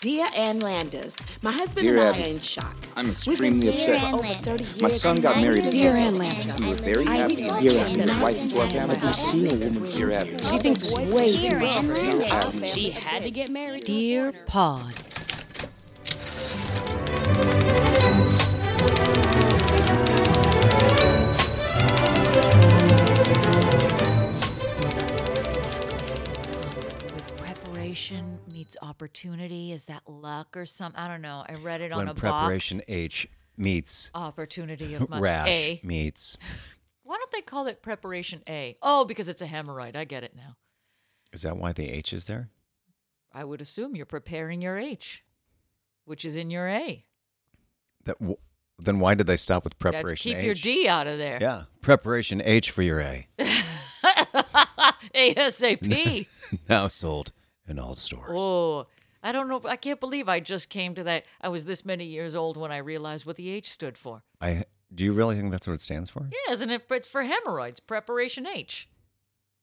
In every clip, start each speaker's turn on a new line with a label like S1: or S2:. S1: Dear Ann Landis, my husband
S2: Dear
S1: and I
S2: Abby,
S1: are in shock.
S2: I'm
S1: We've been
S2: extremely
S1: together
S2: upset.
S1: for
S3: Oh,
S1: over 30 years.
S2: My son got married
S1: and-
S2: in
S4: Dear Ann Landis.
S2: We were very happy and
S1: Dear
S2: attracted
S1: Ann
S2: his wife into our family.
S1: I've seen
S4: a
S2: woman. Dear Abby.
S4: She thinks way too much of herself.
S5: She had to get married.
S4: Dear Pod.
S6: With preparation meets opportunity, is that luck or some? I don't know. I read it on
S3: when
S6: a
S3: preparation
S6: box.
S3: H meets
S6: Opportunity of my
S3: rash
S6: A.
S3: meets.
S6: Why don't they call it preparation A? Oh, because it's a hemorrhoid. I get it now.
S3: Is that why the H is there?
S6: I would assume you're preparing your H, which is in your A.
S3: That w- then why did they stop with
S6: Yeah,
S3: preparation
S6: keep
S3: H?
S6: your D out of there.
S3: Yeah, preparation H for your A.
S6: ASAP.
S3: now sold in all stores.
S6: oh, I don't know. if- I can't believe I just came to that. I was this many years old when I realized what the H stood for.
S3: I do you really think that's what it stands for?
S6: Yeah, isn't it? It's for hemorrhoids. Preparation H.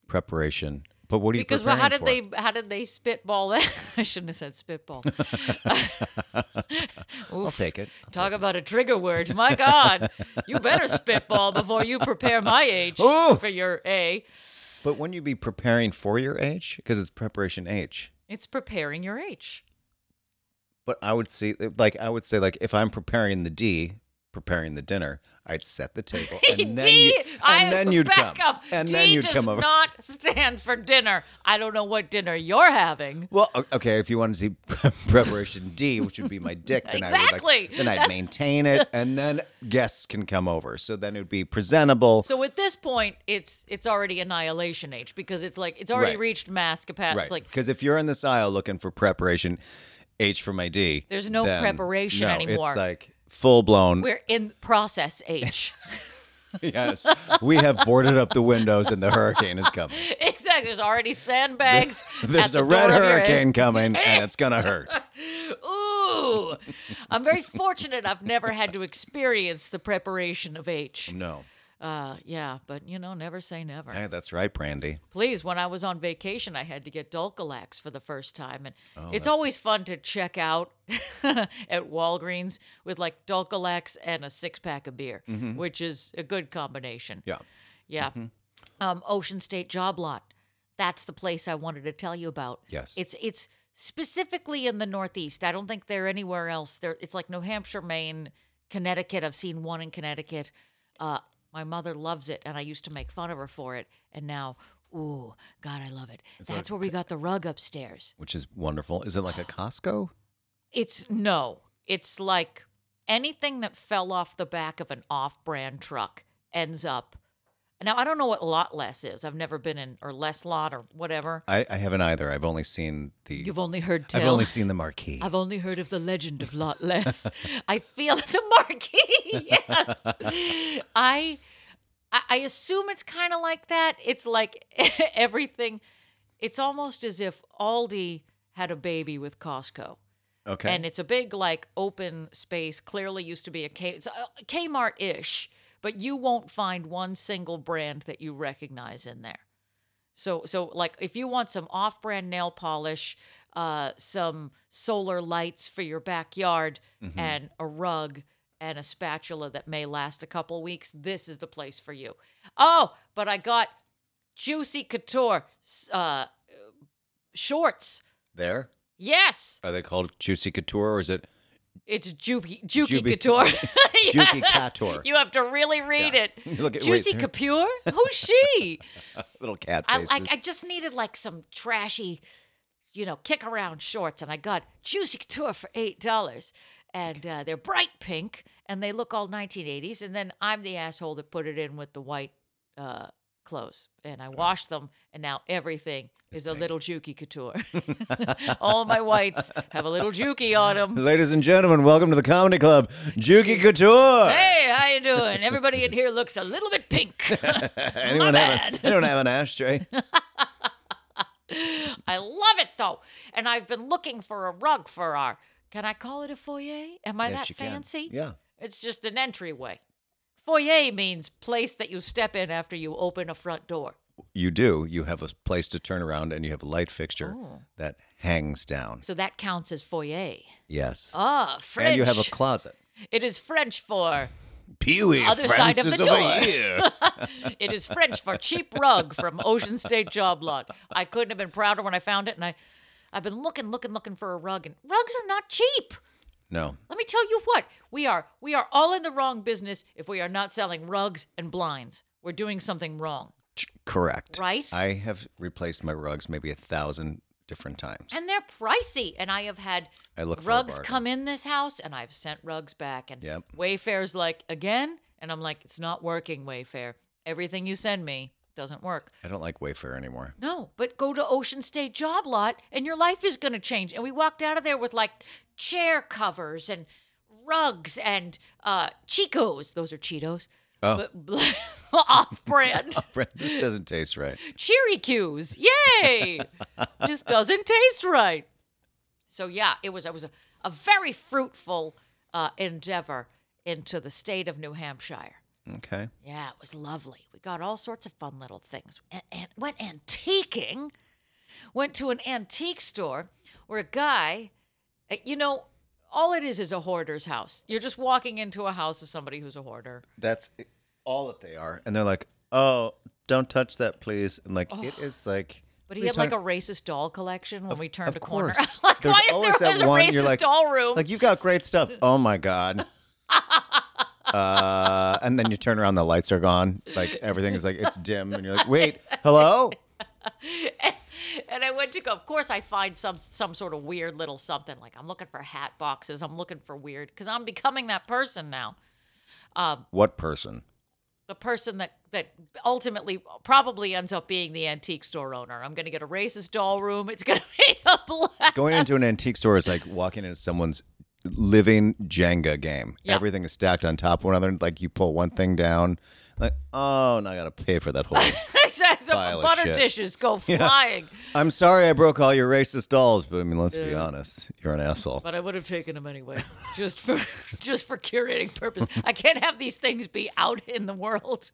S3: Preparation. But what are you
S6: because well,
S3: preparing
S6: how did
S3: for?
S6: they how did they spitball that? I shouldn't have said spitball.
S3: I'll
S6: Oof.
S3: take it.
S6: Talk about a trigger word. My God, you better spitball before you prepare my H
S3: Ooh.
S6: for your A.
S3: But wouldn't you be preparing for your H? Because it's preparation H.
S6: It's preparing your H.
S3: But I would see, like, I would say, like, if I'm preparing the D, preparing the dinner, I'd set the table, and then, you,
S6: D,
S3: and
S6: I-
S3: then you'd come,
S6: back up.
S3: and
S6: D
S3: then you'd
S6: does
S3: come over.
S6: not stand for dinner. I don't know what dinner you're having.
S3: well, o- okay, if you want to see pre- preparation D, which would be my dick, then I would,
S6: Exactly.
S3: like, then I'd
S6: That's-
S3: maintain it, and then guests can come over. So then it would be presentable.
S6: So at this point, it's it's already annihilation H because it's like it's already
S3: Right.
S6: reached mass capacity.
S3: right,
S6: It's uh, like
S3: because if you're in this aisle looking for preparation H for my D,
S6: There's no
S3: then
S6: preparation
S3: no,
S6: anymore.
S3: It's like full blown.
S6: we're in process H.
S3: Yes, we have boarded up the windows, and the hurricane is coming.
S6: Exactly. There's already sandbags. at
S3: There's
S6: the
S3: a red
S6: door of your
S3: hurricane
S6: inn.
S3: coming, and it's gonna hurt.
S6: Ooh. I'm very fortunate I've never had to experience the preparation of H.
S3: No,
S6: Uh, yeah, but you know, never say never.
S3: hey, that's right, Brandy.
S6: Please, when I was on vacation, I had to get Dulcolax for the first time, and it's
S3: that's-
S6: always fun to check out at Walgreens with like Dulcolax and a six pack of beer, which is a good combination.
S3: Yeah,
S6: Yeah. Um, Ocean State Job Lot. That's the place I wanted to tell you about.
S3: Yes.
S6: It's it's specifically in the Northeast. I don't think they're anywhere else. There it's like New Hampshire, Maine, Connecticut. I've seen one in Connecticut. Uh my mother loves it and I used to make fun of her for it. And now, ooh, God, I love it. That's where we got the rug upstairs.
S3: which is wonderful. Is it like a Costco?
S6: It's no. It's like anything that fell off the back of an off-brand truck ends up. Now I don't know what lot less is. I've never been in or less lot or whatever.
S3: I, I haven't either. I've only seen the.
S6: You've only heard tell.
S3: I've only seen the marquee.
S6: I've only heard of the legend of lot less. I feel the marquee. Yes. I I I assume it's kind of like that. It's like everything. It's almost as if Aldi had a baby with Costco.
S3: okay.
S6: And it's a big, like, open space. Clearly used to be a K- it's a Kmart ish, but you won't find one single brand that you recognize in there. So, so like, if you want some off brand nail polish, uh, some solar lights for your backyard, and a rug and a spatula that may last a couple weeks, this is the place for you. Oh, but I got Juicy Couture s- uh, shorts.
S3: there
S6: Yes.
S3: are they called Juicy Couture or is it
S6: It's Juki Juki
S3: Jubi-
S6: Couture.
S3: Juki Couture?
S6: You have to really read
S3: Yeah.
S6: it.
S3: Look at- wait,
S6: Juicy
S3: there-
S6: Couture? Who's she?
S3: little cat
S6: I
S3: faces?
S6: like I just needed like some trashy, you know, kick around shorts and I got Juicy Couture for eight dollars. And uh, they're bright pink and they look all 1980s. And then I'm the asshole that put it in with the white uh, clothes. And I washed them and now everything is a little Juki Couture. all my whites have a little Juki on them.
S3: Ladies and gentlemen, welcome to the Comedy Club, Juki Couture.
S6: Hey, how you doing? Everybody in here looks a little bit pink.
S3: anyone have a, anyone have an ashtray?
S6: I love it though, and I've been looking for a rug for our. Can I call it a foyer? Am I
S3: Yes,
S6: that
S3: you can.
S6: fancy?
S3: Yeah.
S6: It's just an entryway. Foyer means place that you step in after you open a front door.
S3: You do. You have a place to turn around, and you have a light fixture that hangs down.
S6: Oh. So that counts as foyer.
S3: Yes.
S6: Ah, French.
S3: and you have a closet.
S6: it is French for
S3: Pee Wee
S6: Other side of the door.
S3: here.
S6: it is French for cheap rug from Ocean State Job Lot. I couldn't have been prouder when I found it, and I, I've been looking, looking, looking for a rug, and rugs are not cheap.
S3: no.
S6: Let me tell you what we are. We are all in the wrong business if we are not selling rugs and blinds. We're doing something wrong,
S3: Ch- Correct.
S6: right?
S3: I have replaced my rugs maybe a thousand different times.
S6: and they're pricey, and I have had
S3: I look for a
S6: rugs
S3: bargain.
S6: come in this house, and I've sent rugs back, and
S3: Yep.
S6: Wayfair's like again, and I'm like, it's not working, Wayfair. Everything you send me doesn't work.
S3: I don't like Wayfair anymore.
S6: No, but go to Ocean State Job Lot and your life is going to change. And we walked out of there with like chair covers and rugs and uh, Chicos. Those are Cheetos.
S3: Oh.
S6: But, off brand.
S3: Brent, this doesn't taste right.
S6: Cheery cues. Yay. this doesn't taste right. So yeah, it was, it was a, a very fruitful uh, endeavor into the state of New Hampshire.
S3: Okay.
S6: Yeah, it was lovely. We got all sorts of fun little things. And, and went antiquing. Went to an antique store where a guy, uh, you know, all it is is a hoarder's house. You're just walking into a house of somebody who's a hoarder.
S3: That's i- all that they are. And they're like, oh, don't touch that, please. And like, it is like.
S6: But he had like a racist doll collection when we turned
S3: of
S6: a corner.
S3: course.
S6: like,
S3: There's
S6: why is
S3: always
S6: there
S3: that
S6: always a
S3: one,
S6: racist
S3: you're like-
S6: doll room?
S3: Like, you've got great stuff. Oh my God. uh, and then you turn around, the lights are gone. Like, everything is like, it's dim. And you're like, wait, hello?
S6: and I went to go. Of course, I find some some sort of weird little something. Like I'm looking for hat boxes. I'm looking for weird because I'm becoming that person now.
S3: What person?
S6: the person that that ultimately probably ends up being the antique store owner. I'm going to get a racist doll room. It's going to be a black.
S3: Going into an antique store is like walking into someone's living Jenga game.
S6: Yeah.
S3: Everything is stacked on top of one another. Like, you pull one thing down. Like, oh, now I got to pay for that whole Pile
S6: Some
S3: of
S6: butter
S3: shit.
S6: dishes go flying.
S3: I'm sorry I broke all your racist dolls, but I mean, let's be honest. You're an asshole.
S6: But I would have taken them anyway, just for just for curating purpose. I can't have these things be out in the world.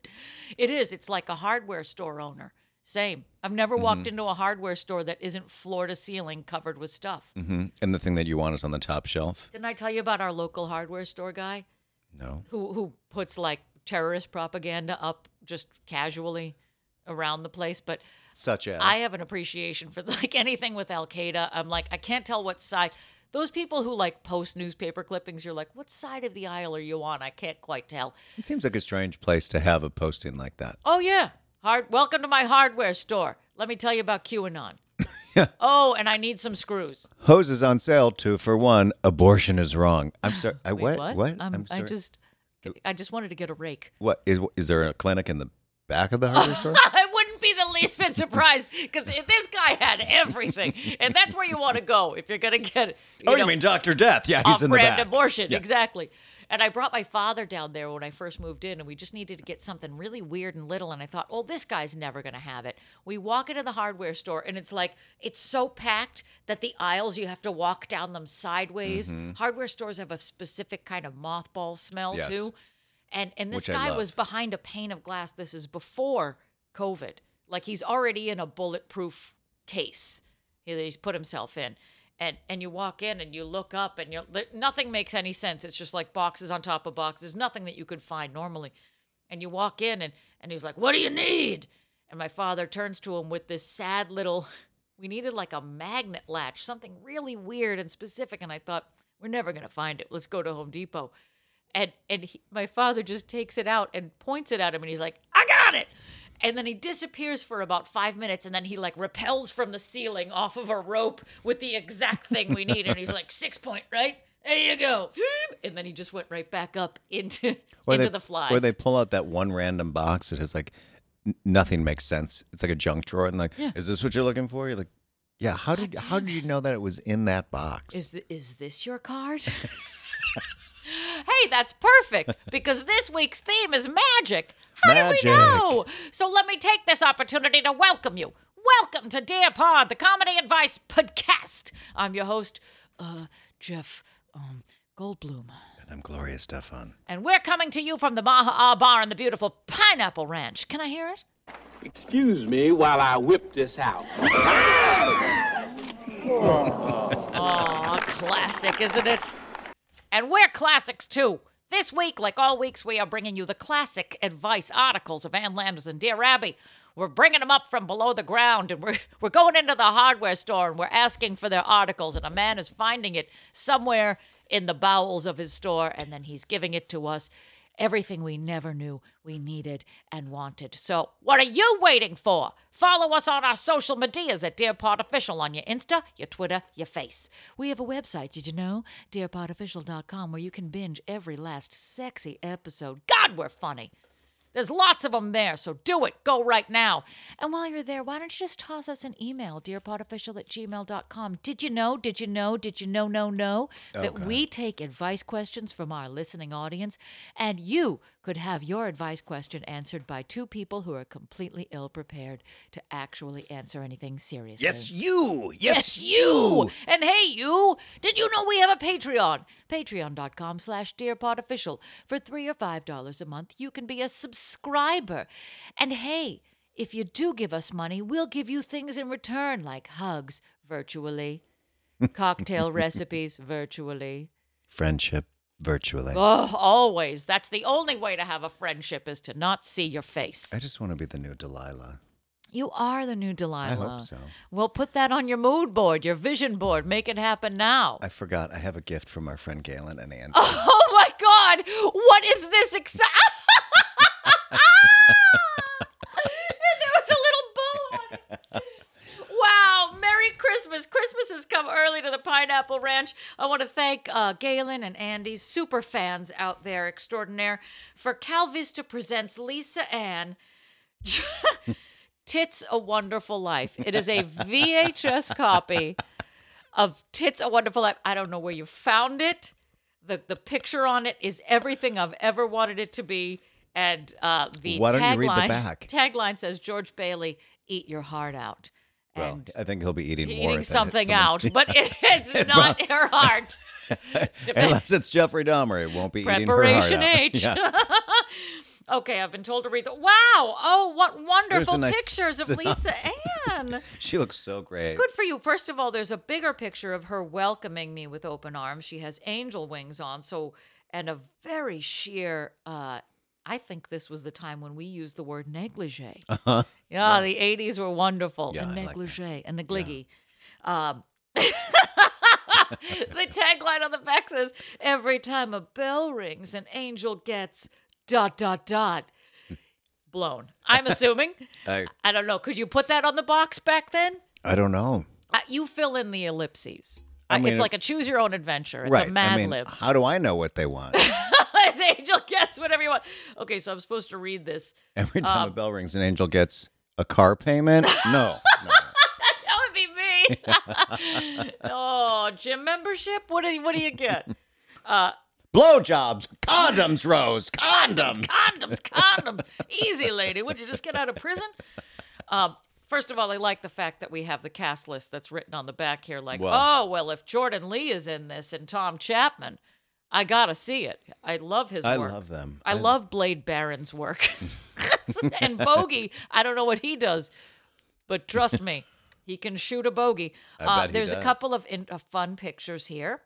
S6: It is. It's like a hardware store owner. Same. I've never
S3: Mm-hmm.
S6: walked into a hardware store that isn't floor to ceiling covered with stuff.
S3: hmm And the thing that you want is on the top shelf?
S6: Didn't I tell you about our local hardware store guy?
S3: No.
S6: who who puts like terrorist propaganda up just casually around the place but
S3: Such as.
S6: i have an appreciation for like anything with al qaeda i'm like i can't tell what side those people who like post newspaper clippings you're like what side of the aisle are you on i can't quite tell
S3: it seems like a strange place to have a posting like that.
S6: oh yeah hard welcome to my hardware store let me tell you about qanon oh and i need some screws
S3: Hose is on sale, two for one. Abortion is wrong. I'm sorry. I,
S6: Wait,
S3: what?
S6: what
S3: I'm,
S6: I'm, i
S3: sorry.
S6: just i just wanted to get a rake
S3: What? Is, is there a clinic in the back of the hardware store? Oh,
S6: I wouldn't be the least bit surprised because this guy had everything, and that's where you want to go if you're gonna get. You
S3: oh, you
S6: know,
S3: mean Dr. Death? Yeah, he's in the
S6: off-brand
S3: back.
S6: abortion,
S3: Yeah.
S6: exactly. And I brought my father down there when I first moved in, and we just needed to get something really weird and little. And I thought, well, this guy's never going to have it. We walk into the hardware store, and it's like, it's so packed that the aisles, you have to walk down them sideways. Hardware stores have a specific kind of mothball smell,
S3: Mm-hmm. Yes.
S6: too. And, and this
S3: Which I
S6: guy was
S3: love.
S6: behind a pane of glass. This is before COVID. Like, he's already in a bulletproof case he- that he's put himself in. And and you walk in and you look up and you nothing makes any sense. It's just like boxes on top of boxes, nothing that you could find normally. And you walk in and and he's like, "What do you need?" And my father turns to him with this sad little we needed like a magnet latch, something really weird and specific and I thought, "We're never going to find it. Let's go to Home Depot." And and he, my father just takes it out and points it at him and he's like, "I got it." And then he disappears for about five minutes, and then he like repels from the ceiling off of a rope with the exact thing we need. And he's like, six point, right? There you go. And then he just went right back up into
S3: Or
S6: into
S3: they-
S6: the flies.
S3: Or they pull out that one random box that has like n- nothing makes sense. It's like a junk drawer, and like, is this what you're looking for? You're like, yeah. How did how did you know that it was in that box?
S6: Is th- is this your card? hey, that's perfect because this week's theme is magic. How
S3: Magic.
S6: do we know? So let me take this opportunity to welcome you. Welcome to Dear Pod, the comedy advice podcast. I'm your host, uh, Jeff um, Goldblum.
S3: and I'm Gloria Stefan.
S6: And we're coming to you from the Maha Bar in the beautiful Pineapple Ranch. Can I hear it?
S5: Excuse me while I whip this out.
S6: Aw, classic, isn't it? And we're classics too. This week, like all weeks, we are bringing you the classic advice articles of Ann Landers and Dear Abby. We're bringing them up from below the ground, and we're we're going into the hardware store and we're asking for their articles, and a man is finding it somewhere in the bowels of his store, and then he's giving it to us. Everything we never knew we needed and wanted. So, what are you waiting for? Follow us on our social medias at Dear Pod Official on your Insta, your Twitter, your Face. We have a website, did you know? DearPodOfficial.com, where you can binge every last sexy episode. God, we're funny. There's lots of them there, so do it. Go right now. And while you're there, why don't you just toss us an email, dearpodofficial at gmail.com. Did you know, did you know, did you know, no, no, that we take advice questions from our listening audience, and you could have your advice question answered by two people who are completely ill prepared to actually answer anything seriously.
S3: Yes, you. Yes,
S6: Yes, you. And hey, you. Did you know we have a Patreon? Patreon.com slash DearPodOfficial. For three or five dollars a month, you can be a subscriber. And hey, if you do give us money, we'll give you things in return, like hugs virtually, cocktail recipes virtually.
S3: Friendship virtually.
S6: Oh, always. That's the only way to have a friendship is to not see your face.
S3: I just want to be the new Delilah.
S6: You are the new Delilah.
S3: so.
S6: Well, put that on your mood board, your vision board. Make it happen now.
S3: I forgot I have a gift from our friend Galen and Andy.
S6: Oh my God! What is this? Exci- and there was a little bow on it. Wow! Merry Christmas! Christmas has come early to the Pineapple Ranch. I want to thank uh, Galen and Andy, super fans out there, extraordinaire, for Cal Vista presents Lisa Ann. Tits a Wonderful Life. It is a VHS copy of Tits a Wonderful Life. I don't know where you found it. The the picture on it is everything I've ever wanted it to be. And uh, the
S3: Why don't you read the
S6: tagline
S3: back?
S6: tagline says George Bailey, eat your heart out.
S3: well,
S6: And
S3: I think he'll be eating more.
S6: eating
S3: than
S6: something
S3: someone's-
S6: out, but it, it's not your heart.
S3: Unless it's Jeffrey Dahmer, it won't be eating her heart
S6: Preparation
S3: out.
S6: H.
S3: Yeah.
S6: Okay, I've been told to read the. Wow! Oh, what wonderful
S3: nice
S6: pictures of Lisa Ann.
S3: She looks so great.
S6: Good for you. First of all, there's a bigger picture of her welcoming me with open arms. She has angel wings on, so and a very sheer. Uh, I think this was the time when we used the word negligee. Yeah, the '80s were wonderful.
S3: Uh-huh. Yeah,
S6: and
S3: I like that.
S6: negligee and negligee. Um, the tagline on the back says, "Every time a bell rings, an angel gets dot dot dot."
S3: Hmm.
S6: Blown. I'm assuming.
S3: I,
S6: I don't know. Could you put that on the box back then?
S3: I don't know.
S6: Uh, you fill in the ellipses.
S3: I
S6: Uh,
S3: mean,
S6: it's like a choose your own adventure. It's
S3: right.
S6: a Mad
S3: I mean,
S6: Lib.
S3: how do I know what they want?
S6: As Angel gets whatever you want. Okay, so I'm supposed to read this.
S3: Every
S6: Uh.
S3: time a bell rings, an angel gets a car payment. No. no.
S6: That would be me. oh, gym membership? What do you, what do you get?
S3: Blowjobs, condoms, Rose, condoms.
S6: Condoms, condoms. Easy, lady. Would you just get out of prison? Um, first of all, I like the fact that we have the cast list that's written on the back here. Like,
S3: Wow.
S6: oh, well, if Jordan Lee is in this and Tom Chapman, I gotta see it. I love his
S3: I
S6: work.
S3: love them.
S6: I love Blade Barron's work. and Bogey, I don't know what he does, but trust me, he can shoot a bogey.
S3: I
S6: uh,
S3: bet he
S6: there's a
S3: does.
S6: couple of in, uh, fun pictures here.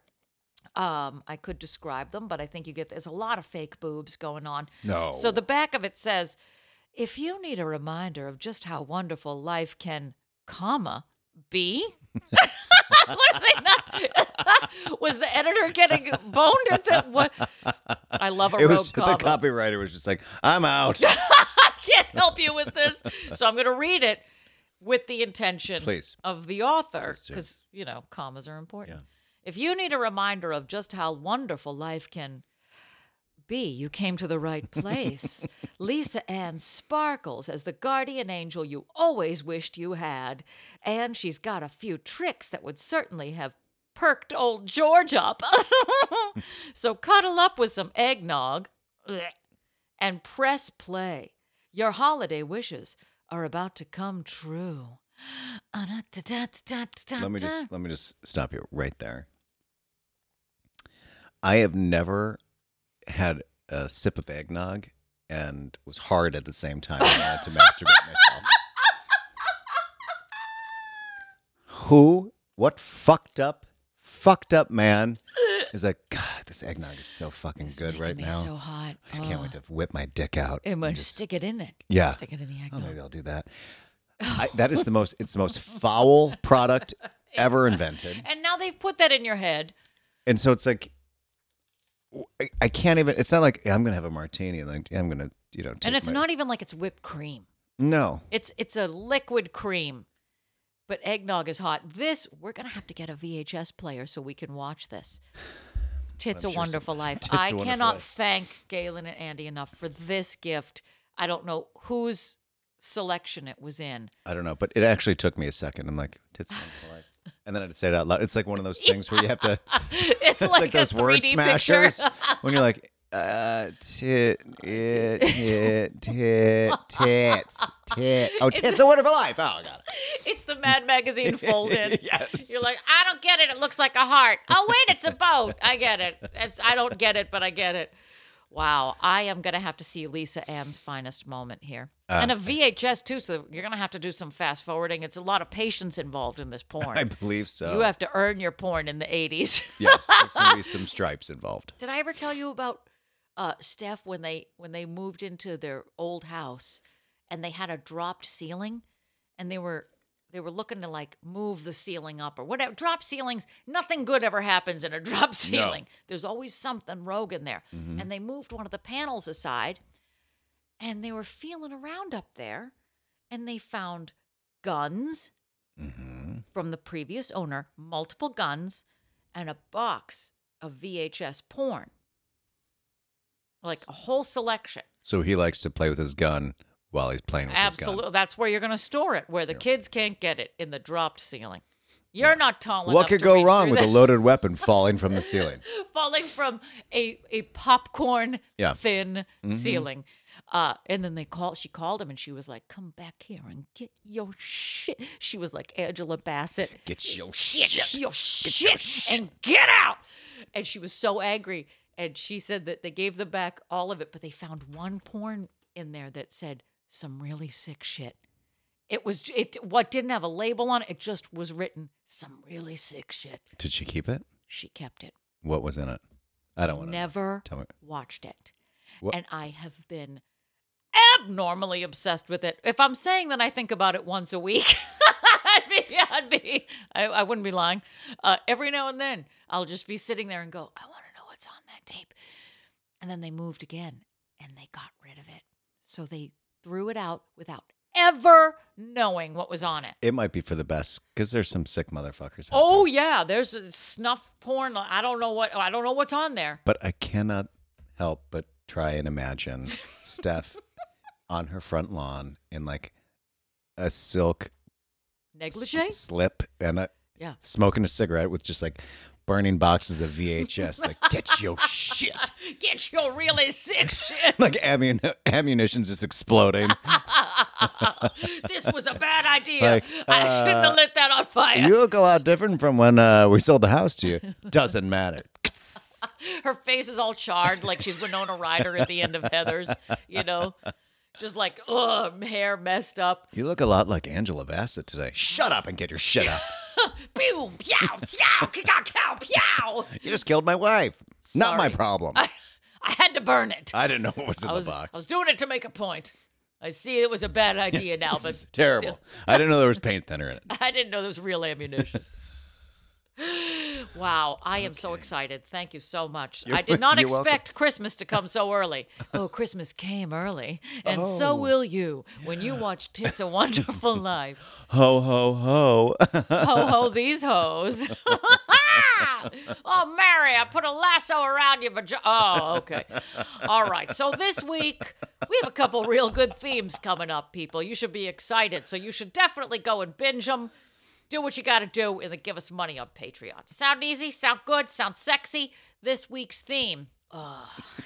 S6: Um, I could describe them, but I think you get there's a lot of fake boobs going on.
S3: No.
S6: So the back of it says, if you need a reminder of just how wonderful life can, comma, be. what are they not? was the editor getting boned at the what? I love a
S3: It
S6: rogue
S3: was
S6: comma.
S3: the copywriter was just like, I'm out.
S6: I can't help you with this. So I'm going to read it with the intention
S3: Please.
S6: of the author
S3: do.
S6: because, you know, commas are important. If you need a reminder of just how wonderful life can be, you came to the right place. Lisa Ann sparkles as the guardian angel you always wished you had. And she's got a few tricks that would certainly have perked old George up. so cuddle up with some eggnog. Blech and press play. Your holiday wishes are about to come true.
S3: let me just let me just stop you right there. I have never had a sip of eggnog and was hard at the same time and wanted to masturbate myself. Who what fucked up, fucked up man is like, God, this eggnog is so fucking good right
S6: me
S3: now.
S6: so hot.
S3: I just can't wait to whip my dick out.
S6: And we'll
S3: and just-
S6: stick it in it.
S3: Yeah.
S6: Stick it in the
S3: Oh,
S6: eggnog.
S3: maybe I'll do that. I, that is the most. It's the most foul product ever invented.
S6: and now they've put that in your head.
S3: And so it's like, w- I, I can't even. It's not like I'm gonna have a martini. Like I'm gonna, you know. Take
S6: and it's
S3: my-
S6: not even like it's whipped cream.
S3: No.
S6: It's it's a liquid cream. But eggnog is hot. This we're gonna have to get a VHS player so we can watch this. Tits
S3: I'm
S6: a
S3: sure
S6: Wonderful
S3: some-
S6: Life.
S3: Tits a
S6: I
S3: Wonderful
S6: cannot
S3: Life.
S6: thank Galen and Andy enough for this gift. I don't know whose selection it was in.
S3: I don't know, but it actually took me a second. I'm like, tits won't collide." And then I had to say it out loud. It's like one of those things where you have to. It's
S6: It's, like,
S3: like,
S6: a
S3: those
S6: 3D
S3: word smashers
S6: picture. Oh,
S3: when you're like, uh, tit, it, tit, tit, tits, tit. Oh, tits, a wonderful life. Oh, God.
S6: It's the Mad Magazine folded.
S3: Yes.
S6: You're like, I don't get it. It looks like a heart. Oh wait, it's a boat. I get it. It's I don't get it, but I get it. Wow, I am gonna have to see Lisa Ann's finest moment here,
S3: Uh,
S6: and a VHS too. So you're gonna have to do some fast forwarding. It's a lot of patience involved in this porn.
S3: I believe so.
S6: you have to earn your porn in the '80s.
S3: yeah, there's going to be some stripes involved.
S6: Did I ever tell you about uh, Steph when they when they moved into their old house and they had a dropped ceiling and they were they were looking to like move the ceiling up or whatever. Drop ceilings, nothing good ever happens in a drop ceiling. There's always something rogue in there. And they moved one of the panels aside and they were feeling around up there and they found guns from the previous owner, multiple guns, and a box of VHS porn. Like a whole selection.
S3: So he likes to play with his gun while he's playing with his
S6: Absolutely. That's where you're going to store it, where the kids can't get it in the dropped ceiling. You're not tall
S3: gun.
S6: enough.
S3: What could
S6: to
S3: go
S6: reach
S3: wrong
S6: through
S3: with a
S6: that-
S3: loaded weapon falling from the ceiling?
S6: falling from a a popcorn
S3: Yeah. Mm-hmm.
S6: thin ceiling. Uh, and then they called. She called him, and she was like, "Come back here and get your shit." She was like Angela Bassett.
S3: Get your
S6: Get your shit, and get out. And she was so angry. And she said that they gave them back all of it, but they found one porn in there that said some really sick shit. It was it what didn't have a label on it. It just was written some really sick shit.
S3: Did she keep it?
S6: She kept it.
S3: What was in it? I don't want to.
S6: Never
S3: Tell me.
S6: watched it.
S3: What-
S6: And I have been abnormally obsessed with it. If I'm saying that I think about it once a week, I'd be, I'd be I, I wouldn't be lying. Uh, every now and then, I'll just be sitting there and go, I want to know what's on that tape. And then they moved again and they got rid of it. So they threw it out without ever knowing what was on it.
S3: It might be for the best because there's some sick motherfuckers. out
S6: Oh yeah, there's a snuff porn. I don't know what I don't know what's on there.
S3: But I cannot help but try and imagine Steph on her front lawn in like a silk s-
S6: Negligee?
S3: slip and a,
S6: Yeah.
S3: smoking a cigarette with just like burning boxes of VHS. like, get your shit.
S6: Get your really sick shit.
S3: Like ammun- ammunition's just exploding.
S6: this was a bad idea.
S3: Like,
S6: I shouldn't
S3: uh,
S6: have lit that on fire.
S3: you look a lot different from when uh, we sold the house to you. Doesn't matter.
S6: Her face is all charred, like she's Winona Ryder at the end of Heather's, you know? Just like, ugh, hair messed up.
S3: You look a lot like Angela Bassett today. Shut up and get your shit up.
S6: Boom, yow, yow, kika, cow, yow.
S3: you just killed my wife. Not my
S6: Sorry.
S3: problem.
S6: I, I had to burn it.
S3: I didn't know what was in
S6: I was,
S3: the box.
S6: I was doing it to make a point. I see it was a bad idea now, but
S3: It's terrible. I didn't know there was paint thinner in it.
S6: I didn't know there was real ammunition. wow, I am so excited. Thank you so much. I did not
S3: you're
S6: expect
S3: welcome.
S6: Christmas to come so early. Oh, Christmas came early, and so
S3: Oh.
S6: will you when you watch Tits a Wonderful Life.
S3: Ho ho ho.
S6: Ho ho these hoes. oh, Mary, I put a lasso around your vagina. Oh, okay. All right. So this week, we have a couple real good themes coming up, people. You should be excited. So you should definitely go and binge them. Do what you got to do and then give us money on Patreon. Sound easy? Sound good? Sound sexy? This week's theme.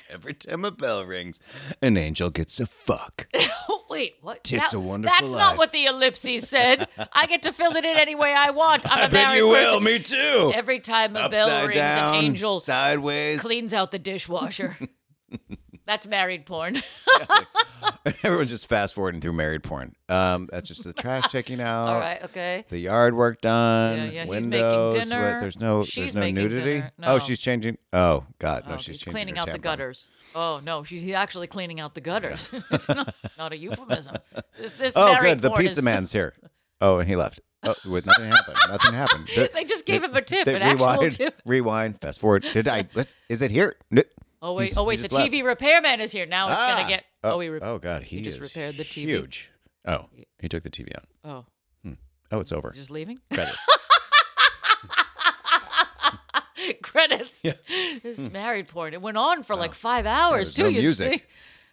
S3: Every time a bell rings, an angel gets a fuck.
S6: Oh, wait, what?
S3: Tits
S6: That-
S3: a Wonderful
S6: That's not
S3: Life.
S6: what the ellipses said. I get to fill it in any way I want. I'm a
S3: I bet
S6: married
S3: you will.
S6: person.
S3: Me too.
S6: Every time a bell
S3: Upside
S6: rings,
S3: down,
S6: an angel
S3: sideways.
S6: cleans out the dishwasher. That's married porn.
S3: Everyone's just fast forwarding through married porn. Um, that's just the trash taking out.
S6: All right, okay.
S3: The yard work done.
S6: Yeah, yeah, he's making
S3: Windows. what-
S6: dinner.
S3: there's no.
S6: She's
S3: there's no
S6: making
S3: nudity.
S6: dinner.
S3: Oh,
S6: No.
S3: she's changing. Oh God, no,
S6: Oh,
S3: she's
S6: he's
S3: changing
S6: cleaning
S3: her
S6: out the
S3: tampon.
S6: gutters. Oh no, she's he's actually cleaning out the gutters. it's not, not a euphemism. This, this
S3: Oh,
S6: married
S3: good. The
S6: porn
S3: pizza
S6: is-
S3: man's here. Oh, and he left. Oh, with nothing happened. Nothing happened.
S6: They just gave him a tip,
S3: They
S6: an actual
S3: rewind,
S6: tip.
S3: Rewind. Fast forward. Did I? Let's, is it here? No.
S6: Oh wait,
S3: He's-
S6: oh
S3: he
S6: wait, the
S3: just left.
S6: TV repairman is here. Now it's
S3: Ah!
S6: gonna get. Oh, he re-
S3: oh God, he,
S6: he just
S3: is
S6: repaired the TV.
S3: Huge. Oh, he took the TV out.
S6: Oh,
S3: Oh, it's over.
S6: just leaving.
S3: Credits.
S6: Credits. This is married porn. It went on for like five hours
S3: Oh. There's
S6: too.
S3: no
S6: you'd
S3: music.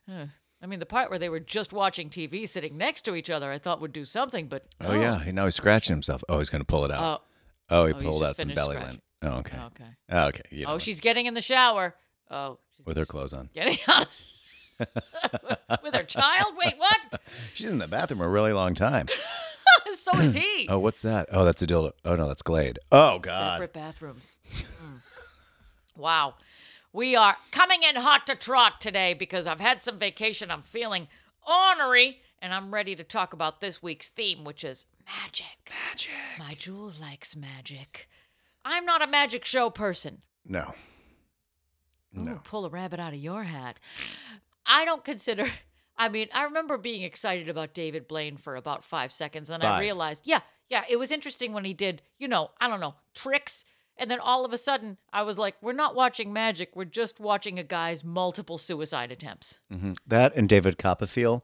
S6: think. Uh, I mean, the part where they were just watching TV, sitting next to each other, I thought would do something, but
S3: Oh yeah, he- now he's scratching himself. Oh, he's gonna pull it out.
S6: Oh,
S3: Oh, he
S6: oh, you
S3: pulled
S6: just
S3: out some
S6: finished
S3: belly
S6: scratching.
S3: lint. Oh, okay.
S6: okay.
S3: Oh, okay. You know,
S6: Oh, she's getting in the shower. Oh, she's
S3: with her clothes on.
S6: getting out of- with her child. Wait, what?
S3: She's in the bathroom a really long time.
S6: So is he.
S3: Oh, what's that? Oh, that's a dildo. Oh no, that's Glade. Oh God.
S6: Separate bathrooms. Mm. wow. We are coming in hot to trot today because I've had some vacation. I'm feeling ornery and I'm ready to talk about this week's theme, which is magic. Magic. My Jules likes magic. I'm not a magic show person.
S3: No.
S6: Ooh, pull a rabbit out of your hat. I don't consider. I mean, I remember being excited about David Blaine for about five seconds, and I
S3: Five.
S6: realized, yeah, yeah, it was interesting when he did, you know, I don't know, tricks. And then all of a sudden, I was like, we're not watching magic. We're just watching a guy's multiple suicide attempts.
S3: Mm-hmm. That and David Copperfield.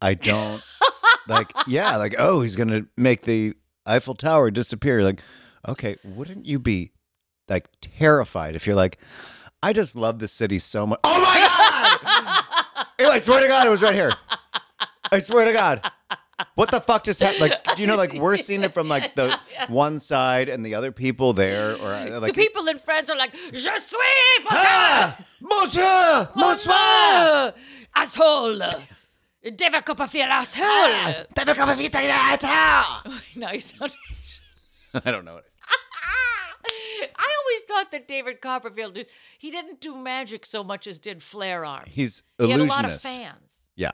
S3: I don't like. Yeah, like oh, he's gonna make the Eiffel Tower disappear. Like, okay, wouldn't you be like terrified if you're like, I just love this city so much. Oh my God! I swear to God, it was right here. I swear to God. What the fuck just happened? Like, you know, like we're seeing it from like the one side and the other people there, or uh, like
S6: the people in France are like, je suis
S3: Ah, monsieur, bonsoir.
S6: Bonsoir! Asshole! David Copperfield, asshole!
S3: David Copperfield, I tell.
S6: now you sound.
S3: I don't know.
S6: I always thought that David Copperfield did, he didn't do magic so much as did flare arms.
S3: He's
S6: he had
S3: illusionist.
S6: a lot of fans.
S3: Yeah,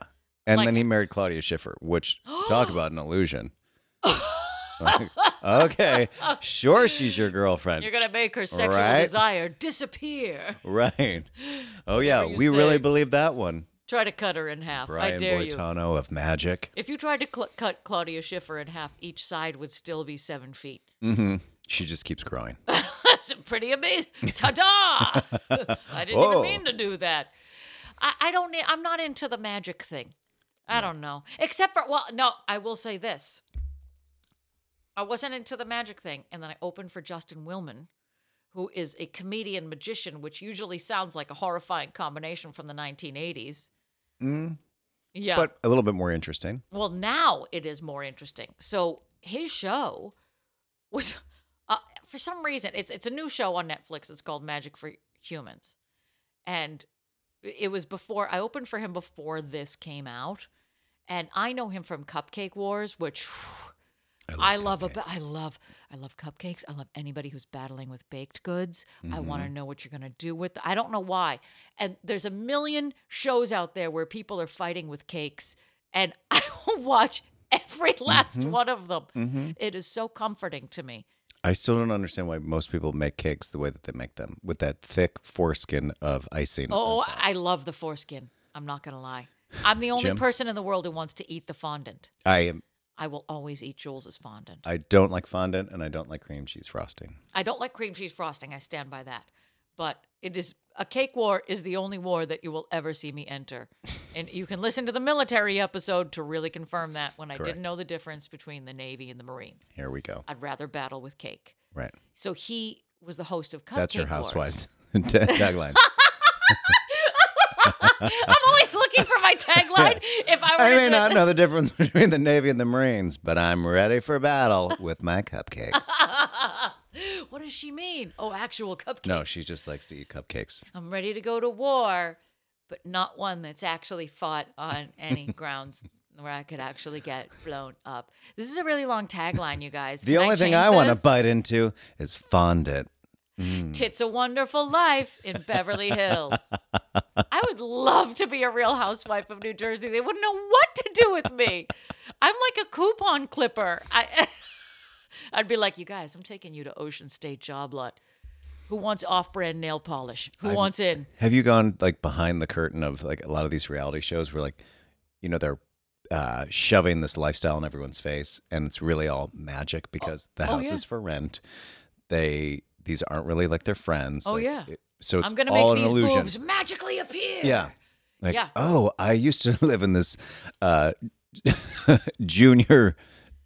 S3: and
S6: Like-
S3: then he married Claudia Schiffer, which talk about an illusion. Like, okay, sure, she's your girlfriend,
S6: You're gonna make her sexual
S3: Right.
S6: desire disappear.
S3: right? Oh yeah,
S6: you
S3: we really
S6: say.
S3: believe that one.
S6: Try to cut her in half. I
S3: Brian
S6: dare you.
S3: Boitano of Magic.
S6: If you tried to cl- cut Claudia Schiffer in half, each side would still be seven feet.
S3: She just keeps growing.
S6: That's pretty amazing. Ta-da! I didn't
S3: Whoa.
S6: even mean to do that. I, I don't. need- I'm not into the magic thing. I don't know. Except for well, no. I will say this. I wasn't into the magic thing, and then I opened for Justin Willman, who is a comedian magician, which usually sounds like a horrifying combination from the 1980s. Yeah.
S3: But a little bit more interesting.
S6: Well, now it is more interesting. So his show was, uh, for some reason, it's it's a new show on Netflix. It's called Magic for Humans, and it was before I opened for him before this came out, and I know him from Cupcake Wars, which. phew, I love a ba- I love I love cupcakes. I love anybody who's battling with baked goods. I want to know what you're going to do with I don't know why. And there's a million shows out there where people are fighting with cakes and I will watch every last one of them. It is so comforting to me.
S3: I still don't understand why most people make cakes the way that they make them with that thick foreskin of icing.
S6: Oh, I love the foreskin. I'm not going to lie. I'm the only
S3: Jim?
S6: person in the world who wants to eat the fondant.
S3: I am.
S6: I will always eat Jules's fondant.
S3: I don't like fondant, and I don't like cream cheese frosting.
S6: I don't like cream cheese frosting. I stand by that. But it is a cake war is the only war that you will ever see me enter. and you can listen to the military episode to really confirm that when I
S3: Correct.
S6: didn't know the difference between the Navy and the Marines.
S3: Here we go.
S6: I'd rather battle with cake.
S3: Right.
S6: So he was the host of Cupcake
S3: That's your
S6: Wars.
S3: housewives tagline.
S6: I'm always looking for my tagline. If I were
S3: I
S6: to
S3: may
S6: do
S3: not
S6: it-
S3: know the difference between the Navy and the Marines, but I'm ready for battle with my cupcakes.
S6: what does she mean? Oh, actual cupcake.
S3: No, she just likes to eat cupcakes.
S6: I'm ready to go to war, but not one that's actually fought on any grounds where I could actually get blown up. This is a really long tagline, you guys.
S3: The
S6: Can I
S3: only thing
S6: change
S3: I want to
S6: this?
S3: bite into is fondant.
S6: Tits a Wonderful Life in Beverly Hills. I would love to be a real housewife of New Jersey. They wouldn't know what to do with me. I'm like a coupon clipper. I, I'd be like, you guys, I'm taking you to Ocean State Job Lot. Who wants off brand nail polish? Who wants in?
S3: Have you gone like behind the curtain of like a lot of these reality shows where like, you know, they're uh, shoving this lifestyle in everyone's face, and it's really all magic because the house
S6: Oh, yeah.
S3: is for rent. They these aren't really like their friends.
S6: Oh,
S3: like,
S6: yeah.
S3: it- so it's
S6: I'm gonna
S3: all
S6: make
S3: an
S6: these
S3: illusion.
S6: boobs magically appear.
S3: Yeah. Like,
S6: Yeah.
S3: oh, I used to live in this uh, junior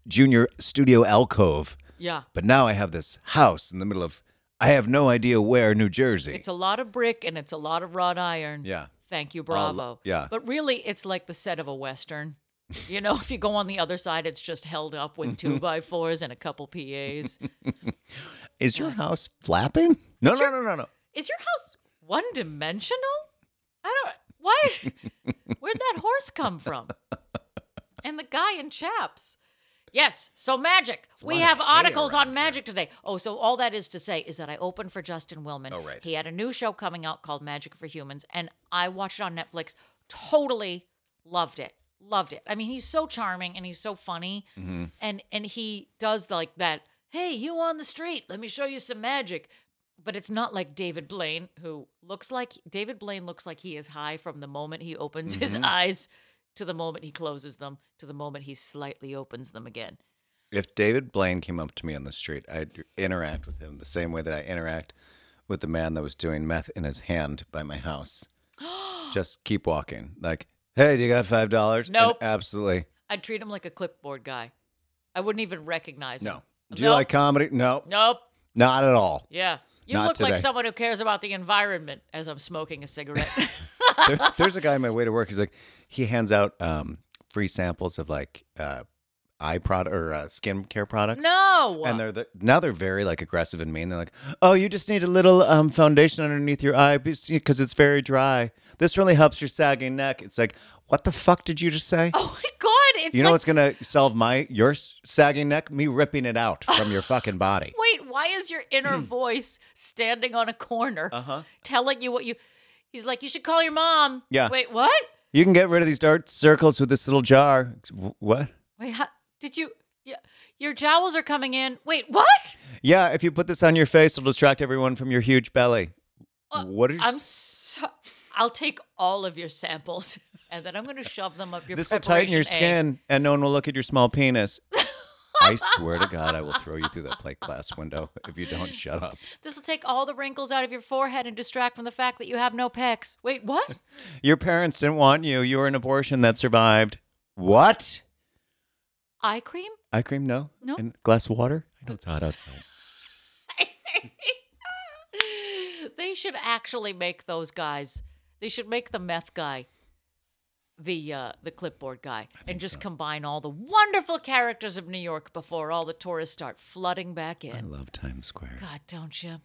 S3: junior studio alcove,
S6: Yeah.
S3: but now I have this house in the middle of I have no idea where New Jersey.
S6: It's a lot of brick and it's a lot of wrought iron.
S3: yeah.
S6: Thank you, Bravo.
S3: yeah.
S6: But really, it's like the set of a Western. You know, if you go on the other side, it's just held up with two by fours and a couple PAs.
S3: Is your house flapping? No, no, no, no, no.
S6: Is your house one dimensional? I don't. Why? Is, where'd that horse come from? And the guy in chaps. Yes. So magic. we have articles on magic today. Oh, so all that is to say is that I opened for Justin Willman. Oh,
S3: right.
S6: He had a new show coming out called Magic for Humans, and I watched it on Netflix. Totally loved it. Loved it. I mean, he's so charming and he's so funny, and and he does like that. Hey, you on the street? Let me show you some magic. But it's not like David Blaine, who looks like David Blaine looks like he is high from the moment he opens his eyes to the moment he closes them to the moment he slightly opens them again.
S3: If David Blaine came up to me on the street, I'd interact with him the same way that I interact with the man that was doing meth in his hand by my house. Just keep walking. Like, hey, do you got five dollars?
S6: Nope.
S3: Absolutely.
S6: I'd treat him like a clipboard guy. I wouldn't even recognize him.
S3: No. Do you
S6: Nope.
S3: like comedy? No.
S6: Nope.
S3: Not at all.
S6: Yeah. You
S3: Not
S6: look like
S3: today.
S6: someone who cares about the environment as I'm smoking a cigarette.
S3: There- there's a guy on my way to work. He's like, he hands out um, free samples of like uh, eye product or uh, skincare products.
S6: no.
S3: And they're the, now they're very like aggressive and mean. They're like, "Oh, you just need a little um, foundation underneath your eye because it's very dry. This really helps your sagging neck." It's like, "What the fuck did you just say?"
S6: oh my God. It's
S3: you know
S6: like,
S3: what's gonna solve my your s- sagging neck? Me ripping it out from your fucking body.
S6: wait, why is your inner voice standing on a corner
S3: Uh-huh.
S6: telling you what you. He's like, you should call your mom.
S3: Yeah.
S6: Wait, what?
S3: You can get rid of these dark circles with this little jar. "Wh- What?
S6: Wait, how, did you. Yeah, your jowls are coming in. Wait, what?
S3: Yeah, if you put this on your face, it'll distract everyone from your huge belly. what are you?
S6: Uh, I'm so. I'll take all of your samples and then I'm going to shove them up your
S3: This will tighten your
S6: preparation egg.
S3: skin, and no one will look at your small penis. I swear to God, I will throw you through that plate glass window if you don't shut up.
S6: This will take all the wrinkles out of your forehead and distract from the fact that you have no pecs. Wait, what?
S3: Your parents didn't want you. You were an abortion that survived. What?
S6: Eye cream?
S3: Eye cream? No.
S6: No.
S3: And glass of water? I know it's hot outside.
S6: they should actually make those guys. They should make the meth guy the uh, the clipboard guy and just combine all the wonderful characters of New York before all the tourists start flooding back
S3: I
S6: in.
S3: love Times Square.
S6: God, don't you?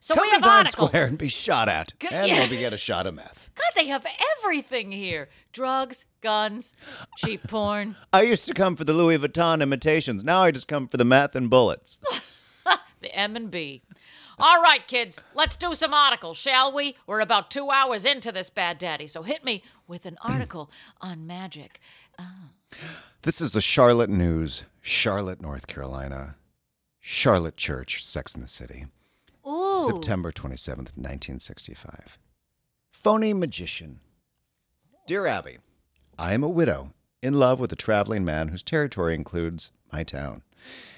S6: So
S3: Come
S6: we
S3: to
S6: have
S3: Times
S6: articles.
S3: Square and be shot at,
S6: Good-
S3: and
S6: yeah.
S3: maybe get a shot of meth.
S6: God, they have everything here: drugs, guns, cheap porn.
S3: I used to come for the Louis Vuitton imitations. Now I just come for the meth and bullets.
S6: the M and B. All right, kids, let's do some articles, shall we? We're about two hours into this bad daddy, so hit me with an article on magic.
S3: This is the Charlotte News, Charlotte, North Carolina, Charlotte Church, Sex in the City.
S6: Ooh,
S3: September 27th, 1965. Phony magician. Dear Abby, I am a widow in love with a traveling man whose territory includes my town.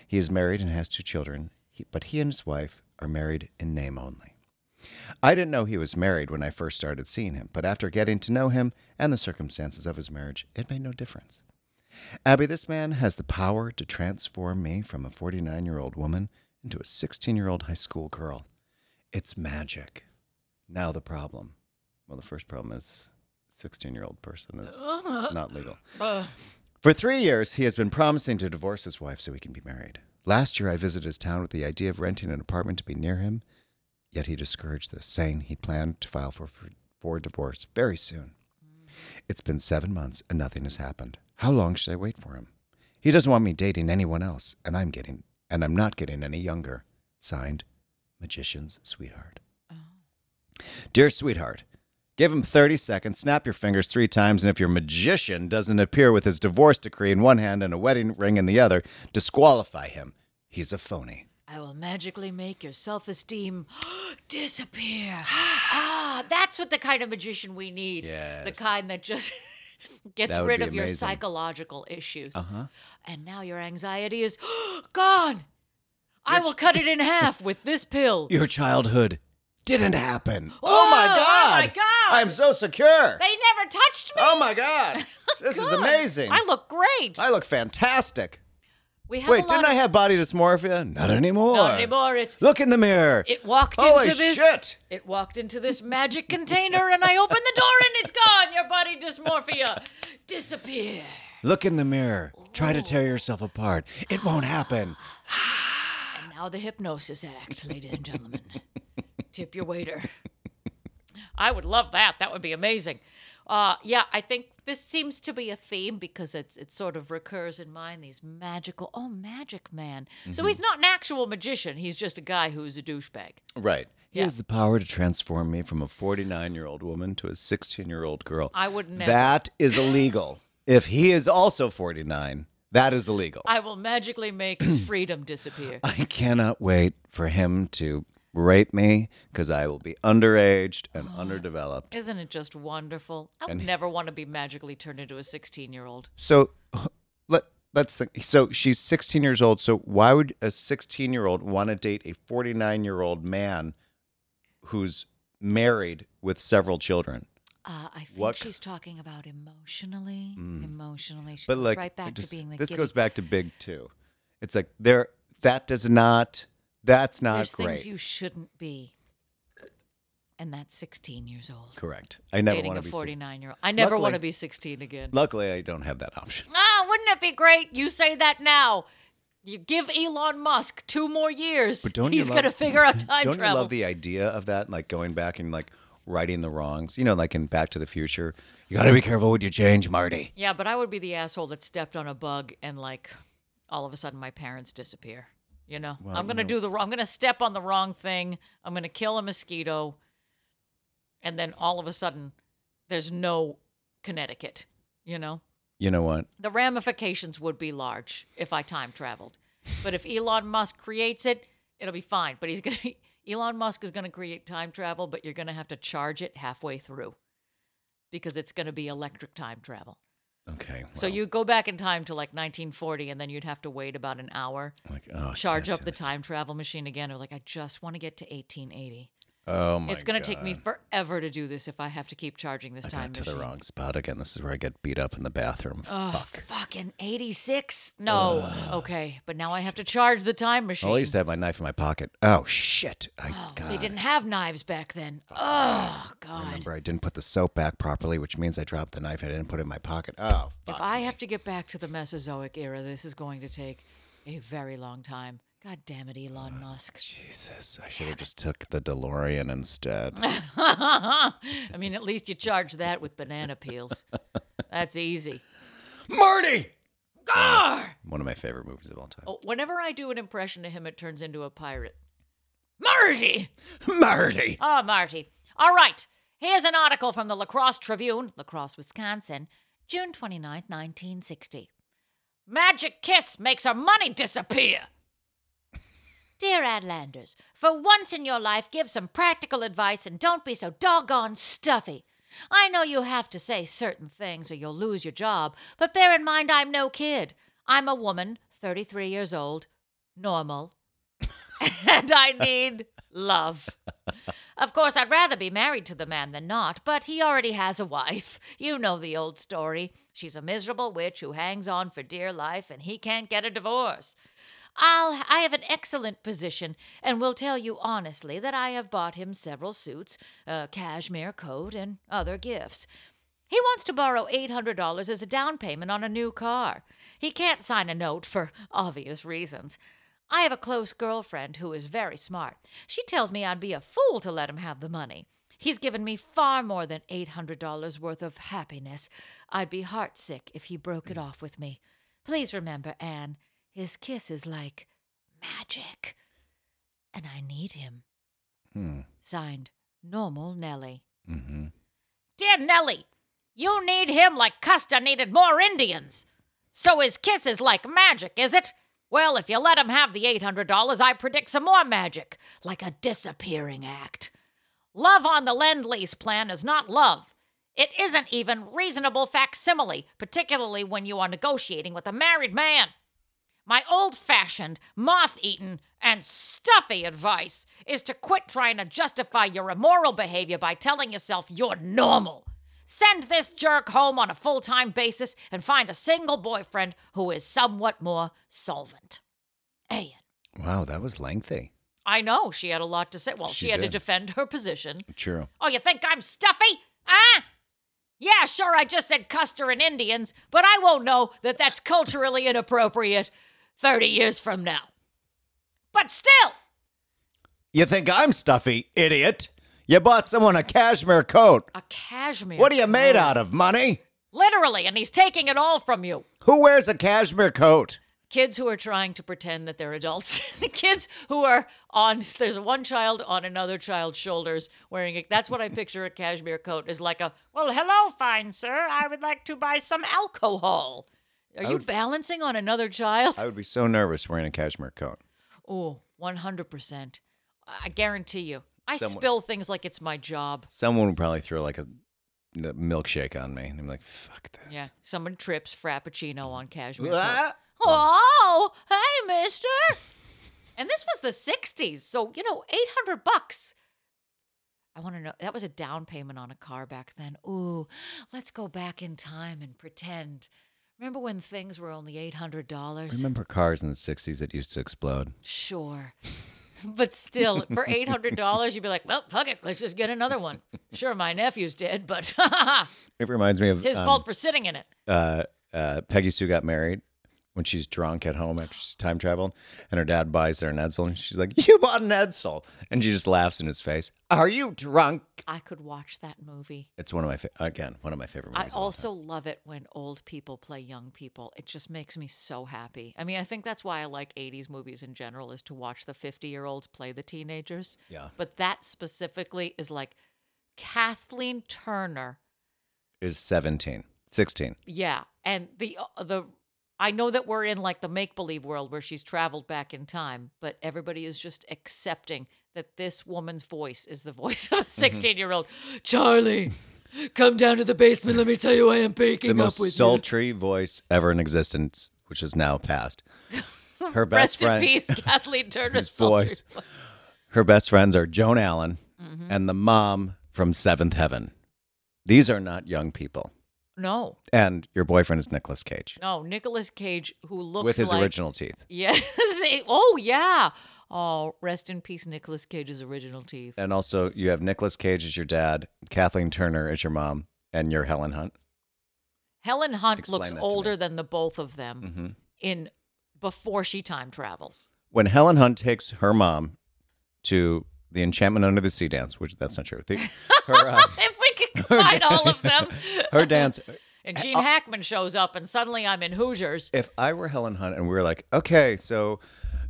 S3: He is married and has two children, he- but he and his wife are married in name only. I didn't know he was married when I first started seeing him, but after getting to know him and the circumstances of his marriage, it made no difference. Abby, this man has the power to transform me from a 49 year old woman into a 16 year old high school girl. It's magic. Now, the problem. Well, the first problem is 16 year old person is not legal. For three years, he has been promising to divorce his wife so he can be married. Last year, I visited his town with the idea of renting an apartment to be near him, yet he discouraged this, saying he planned to file for, for, for divorce very soon. It's been seven months and nothing has happened. How long should I wait for him? He doesn't want me dating anyone else, and I'm getting and I'm not getting any younger. Signed, magician's sweetheart. Oh. Dear sweetheart, give him 30 seconds, snap your fingers three times, and if your magician doesn't appear with his divorce decree in one hand and a wedding ring in the other, disqualify him. He's a phony.
S6: I will magically make your self esteem disappear. ah, that's what the kind of magician we need. The
S3: Yes.
S6: kind that just gets
S3: That would
S6: rid
S3: be
S6: of your
S3: amazing.
S6: psychological issues. Uh-huh. And now your anxiety is gone. I will cut it in half with this pill.
S3: Your childhood didn't happen. oh
S6: Whoa,
S3: my
S6: oh
S3: God!
S6: my God.
S3: I'm so secure.
S6: They never touched me.
S3: oh my God. This is
S6: God,
S3: amazing.
S6: I look great.
S3: I look fantastic.
S6: we have a
S3: Wait,
S6: lot
S3: didn't
S6: of-
S3: I have body dysmorphia? Not anymore.
S6: Not anymore. It's
S3: Look in the mirror.
S6: It walked
S3: Holy
S6: into this.
S3: shit.
S6: It walked into this magic container, and I opened the door, and it's gone. Your body dysmorphia disappear.
S3: Look in the mirror. Try to tear yourself apart. It won't happen.
S6: And now the hypnosis act, ladies and gentlemen. Tip your waiter. I would love that. That would be amazing. Uh, yeah, I think this seems to be a theme because it's it sort of recurs in mine. These magical, oh, magic man.
S3: Mm-hmm.
S6: So he's not an actual magician. He's just a guy who's a douchebag.
S3: Right. He
S6: Yeah.
S3: has the power to transform me from a 49 year old woman to a 16 year old girl.
S6: I would never.
S3: That is illegal. if he is also 49, that is illegal.
S6: I will magically make his freedom disappear.
S3: I cannot wait for him to rape me because I will be underaged and underdeveloped.
S6: Isn't it just wonderful? I would never want to be magically turned into a 16 year old.
S3: So let let's think. So she's 16 years old. So why would a 16 year old want to date a 49 year old man who's married with several children?
S6: Uh, I think
S3: What- Mm.
S6: she's talking about emotionally. Emotionally. She
S3: But
S6: goes
S3: like
S6: right back
S3: just-
S6: to being the
S3: this
S6: giddy-
S3: goes back to big two. It's like there that does not that's not
S6: There's
S3: great.
S6: things you shouldn't be. And that's 16 years old.
S3: Correct. I never
S6: dating
S3: want
S6: a
S3: to be. sing-
S6: 49 year old. I never want to
S3: Luckily-
S6: be 16 again.
S3: Luckily, I don't have that option.
S6: Ah, wouldn't it be great? You say that now. You give Elon Musk two more years.
S3: But don't you
S6: He's
S3: love-
S6: going to figure out time
S3: don't
S6: travel.
S3: you love the idea of that? Like going back and like righting the wrongs. You know, like in Back to the Future, you got to be careful what you change, Marty.
S6: Yeah, but I would be the asshole that stepped on a bug and like all of a sudden my parents disappear. You know, I'm gonna do the wrong. I'm gonna step on the wrong thing. I'm gonna kill a mosquito, and then all of a sudden, there's no Connecticut. You know,
S3: You know what?
S6: the ramifications would be large if I time traveled. But if Elon Musk creates it, it'll be fine. But he's gonna Elon Musk is gonna create time travel, but you're gonna have to charge it halfway through because it's gonna be electric time travel.
S3: Okay.
S6: So you go back in time to like 1940, and then you'd have to wait about an hour,
S3: Like, oh, I
S6: charge
S3: can't
S6: up
S3: do
S6: the
S3: this.
S6: time travel machine again. Or like, I just want to get to 1880.
S3: Oh my!
S6: it's gonna take me
S3: God.
S6: forever to do this if I have to keep charging this
S3: I
S6: time
S3: got to
S6: machine.
S3: the wrong spot again. This is where I get beat up in the bathroom.
S6: Oh,
S3: Fuck.
S6: fucking 86. No, okay, but now I have to charge the time machine.
S3: Well, at least I had my knife in my pocket. Oh shit! I
S6: Oh,
S3: God.
S6: they didn't have knives back then. Oh God.
S3: Remember, I didn't put the soap back properly, which means I dropped the knife and I didn't put it in my pocket. Oh,
S6: If I have to get back to the Mesozoic era, this is going to take a very long time. God damn it, Elon Musk.
S3: Jesus! I should have just took the DeLorean instead.
S6: I mean, at least you charge that with banana peels. That's easy.
S3: Marty!
S6: Gar!
S3: One of my favorite movies of all time.
S6: Oh, whenever I do an impression of him, it turns into a pirate. Marty!
S3: Marty!
S6: Oh, Marty. All right. Here's an article from the Lacrosse Tribune, Lacrosse, Wisconsin, June 29, 1960. Magic Kiss makes her money disappear. Dear Adlanders, for once in your life, give some practical advice and don't be so doggone stuffy. I know you have to say certain things or you'll lose your job, but bear in mind I'm no kid. I'm a woman, 33 years old, normal, and I need love. Of course, I'd rather be married to the man than not, but he already has a wife. You know the old story. She's a miserable witch who hangs on for dear life, and he can't get a divorce. I'll, I have an excellent position, and will tell you honestly that I have bought him several suits, a cashmere coat, and other gifts. He wants to borrow $800 as a down payment on a new car. He can't sign a note for obvious reasons. I have a close girlfriend who is very smart. She tells me I'd be a fool to let him have the money. He's given me far more than $800 worth of happiness. I'd be heartsick if he broke it off with me. Please remember, Anne, his kiss is like magic, and I need him. Signed, Normal Nellie.
S3: hmm
S6: Dear Nellie, you need him like Custer needed more Indians. So his kiss is like magic, is it? Well, if you let him have the $800, I predict some more magic, like a disappearing act. Love on the Lend Lease plan is not love. It isn't even reasonable facsimile, particularly when you are negotiating with a married man. My old fashioned, moth eaten, and stuffy advice is to quit trying to justify your immoral behavior by telling yourself you're normal. Send this jerk home on a full time basis and find a single boyfriend who is somewhat more solvent. Ayan.
S3: Wow, that was lengthy.
S6: I know she had a lot to say. Well, she,
S3: She
S6: had to
S3: did.
S6: defend her position.
S3: True.
S6: Oh, you think I'm stuffy? Huh? Yeah, sure, I just said Custer and Indians, but I won't know that that's culturally inappropriate 30 years from now. But still,
S3: You think I'm stuffy, idiot? You bought someone a cashmere coat.
S6: a cashmere. Oh.
S3: What are you made out of, money?
S6: Literally, and he's taking it all from you.
S3: Who wears a cashmere coat?
S6: Kids who are trying to pretend that they're adults. Kids who are on, there's one child on another child's shoulders wearing it. That's what I picture a cashmere coat is like a, well, hello, fine sir. I would like to buy some alcohol. Are you balancing on another child?
S3: I would be so nervous wearing a cashmere coat.
S6: Oh, 100%. I I guarantee you. I
S3: Someone-
S6: spill things like it's my job.
S3: Someone would probably throw like a the milkshake on me, and I'm like, "Fuck this."
S6: Yeah. Someone trips Frappuccino on cashmere. coats.
S3: Ah!
S6: Oh, hey, mister. and this was the 60s. So, you know, 800 bucks. I want to know. That was a down payment on a car back then. Ooh, let's go back in time and pretend. Remember when things were only $800?
S3: Remember cars in the '60s that used to explode?
S6: Sure. But still, for eight hundred dollars, you'd be like, "Well, fuck it, let's just get another one." Sure, my nephew's dead, but it's
S3: It reminds me of
S6: his
S3: um,
S6: fault for sitting in it.
S3: uh, uh, Peggy Sue got married when she's drunk at home after she's time traveled, and her dad buys her an Edsel, and she's like, "You bought an Edsel," and she just laughs in his face. Are you drunk?
S6: I could watch that movie.
S3: It's one of my fa- again one of my favorite
S6: I
S3: movies. of all
S6: also love it when old people play young people. It just makes me so happy. I mean, I think that's why I like '80s movies in general is to watch the fifty-year-olds play the teenagers.
S3: Yeah.
S6: But that specifically is like Kathleen Turner
S3: time. is 17, 16.
S6: Yeah, and the uh, the I know that we're in like the make believe world where she's traveled back in time, but everybody is just accepting that this woman's voice is the voice
S3: Mm-hmm.
S6: of a 16 year old. Charlie, come down to the basement. Let me tell you, I am
S3: The
S6: baking up
S3: most
S6: with you.
S3: sultry voice ever in existence, which is now past. Her best
S6: Rest in
S3: friend,
S6: peace, Kathleen Turner's
S3: his voice. Her best friends are Joan Allen
S6: Mm-hmm.
S3: and the mom from Seventh Heaven. These are not young people.
S6: No,
S3: And your boyfriend is Nicolas Cage
S6: no, Nicolas Cage, who looks
S3: with his
S6: like,
S3: original teeth.
S6: Yes. it- oh yeah. Oh, rest in peace, Nicolas Cage's original teeth.
S3: And also, you have Nicolas Cage as your dad, Kathleen Turner as your mom, and your Helen Hunt.
S6: Helen Hunt
S3: Explain
S6: looks
S3: that to me. Mm-hmm.
S6: older than the both of them in before she time travels.
S3: When Helen Hunt takes her mom to the Enchantment Under the Sea dance, which that's not true. The- her, uh,
S6: If we could combine all of them.
S3: her dance. Eh,
S6: And
S3: oh.
S6: Gene Hackman shows up, and suddenly I'm in Hoosiers.
S3: If I were Helen Hunt and we were like, okay, so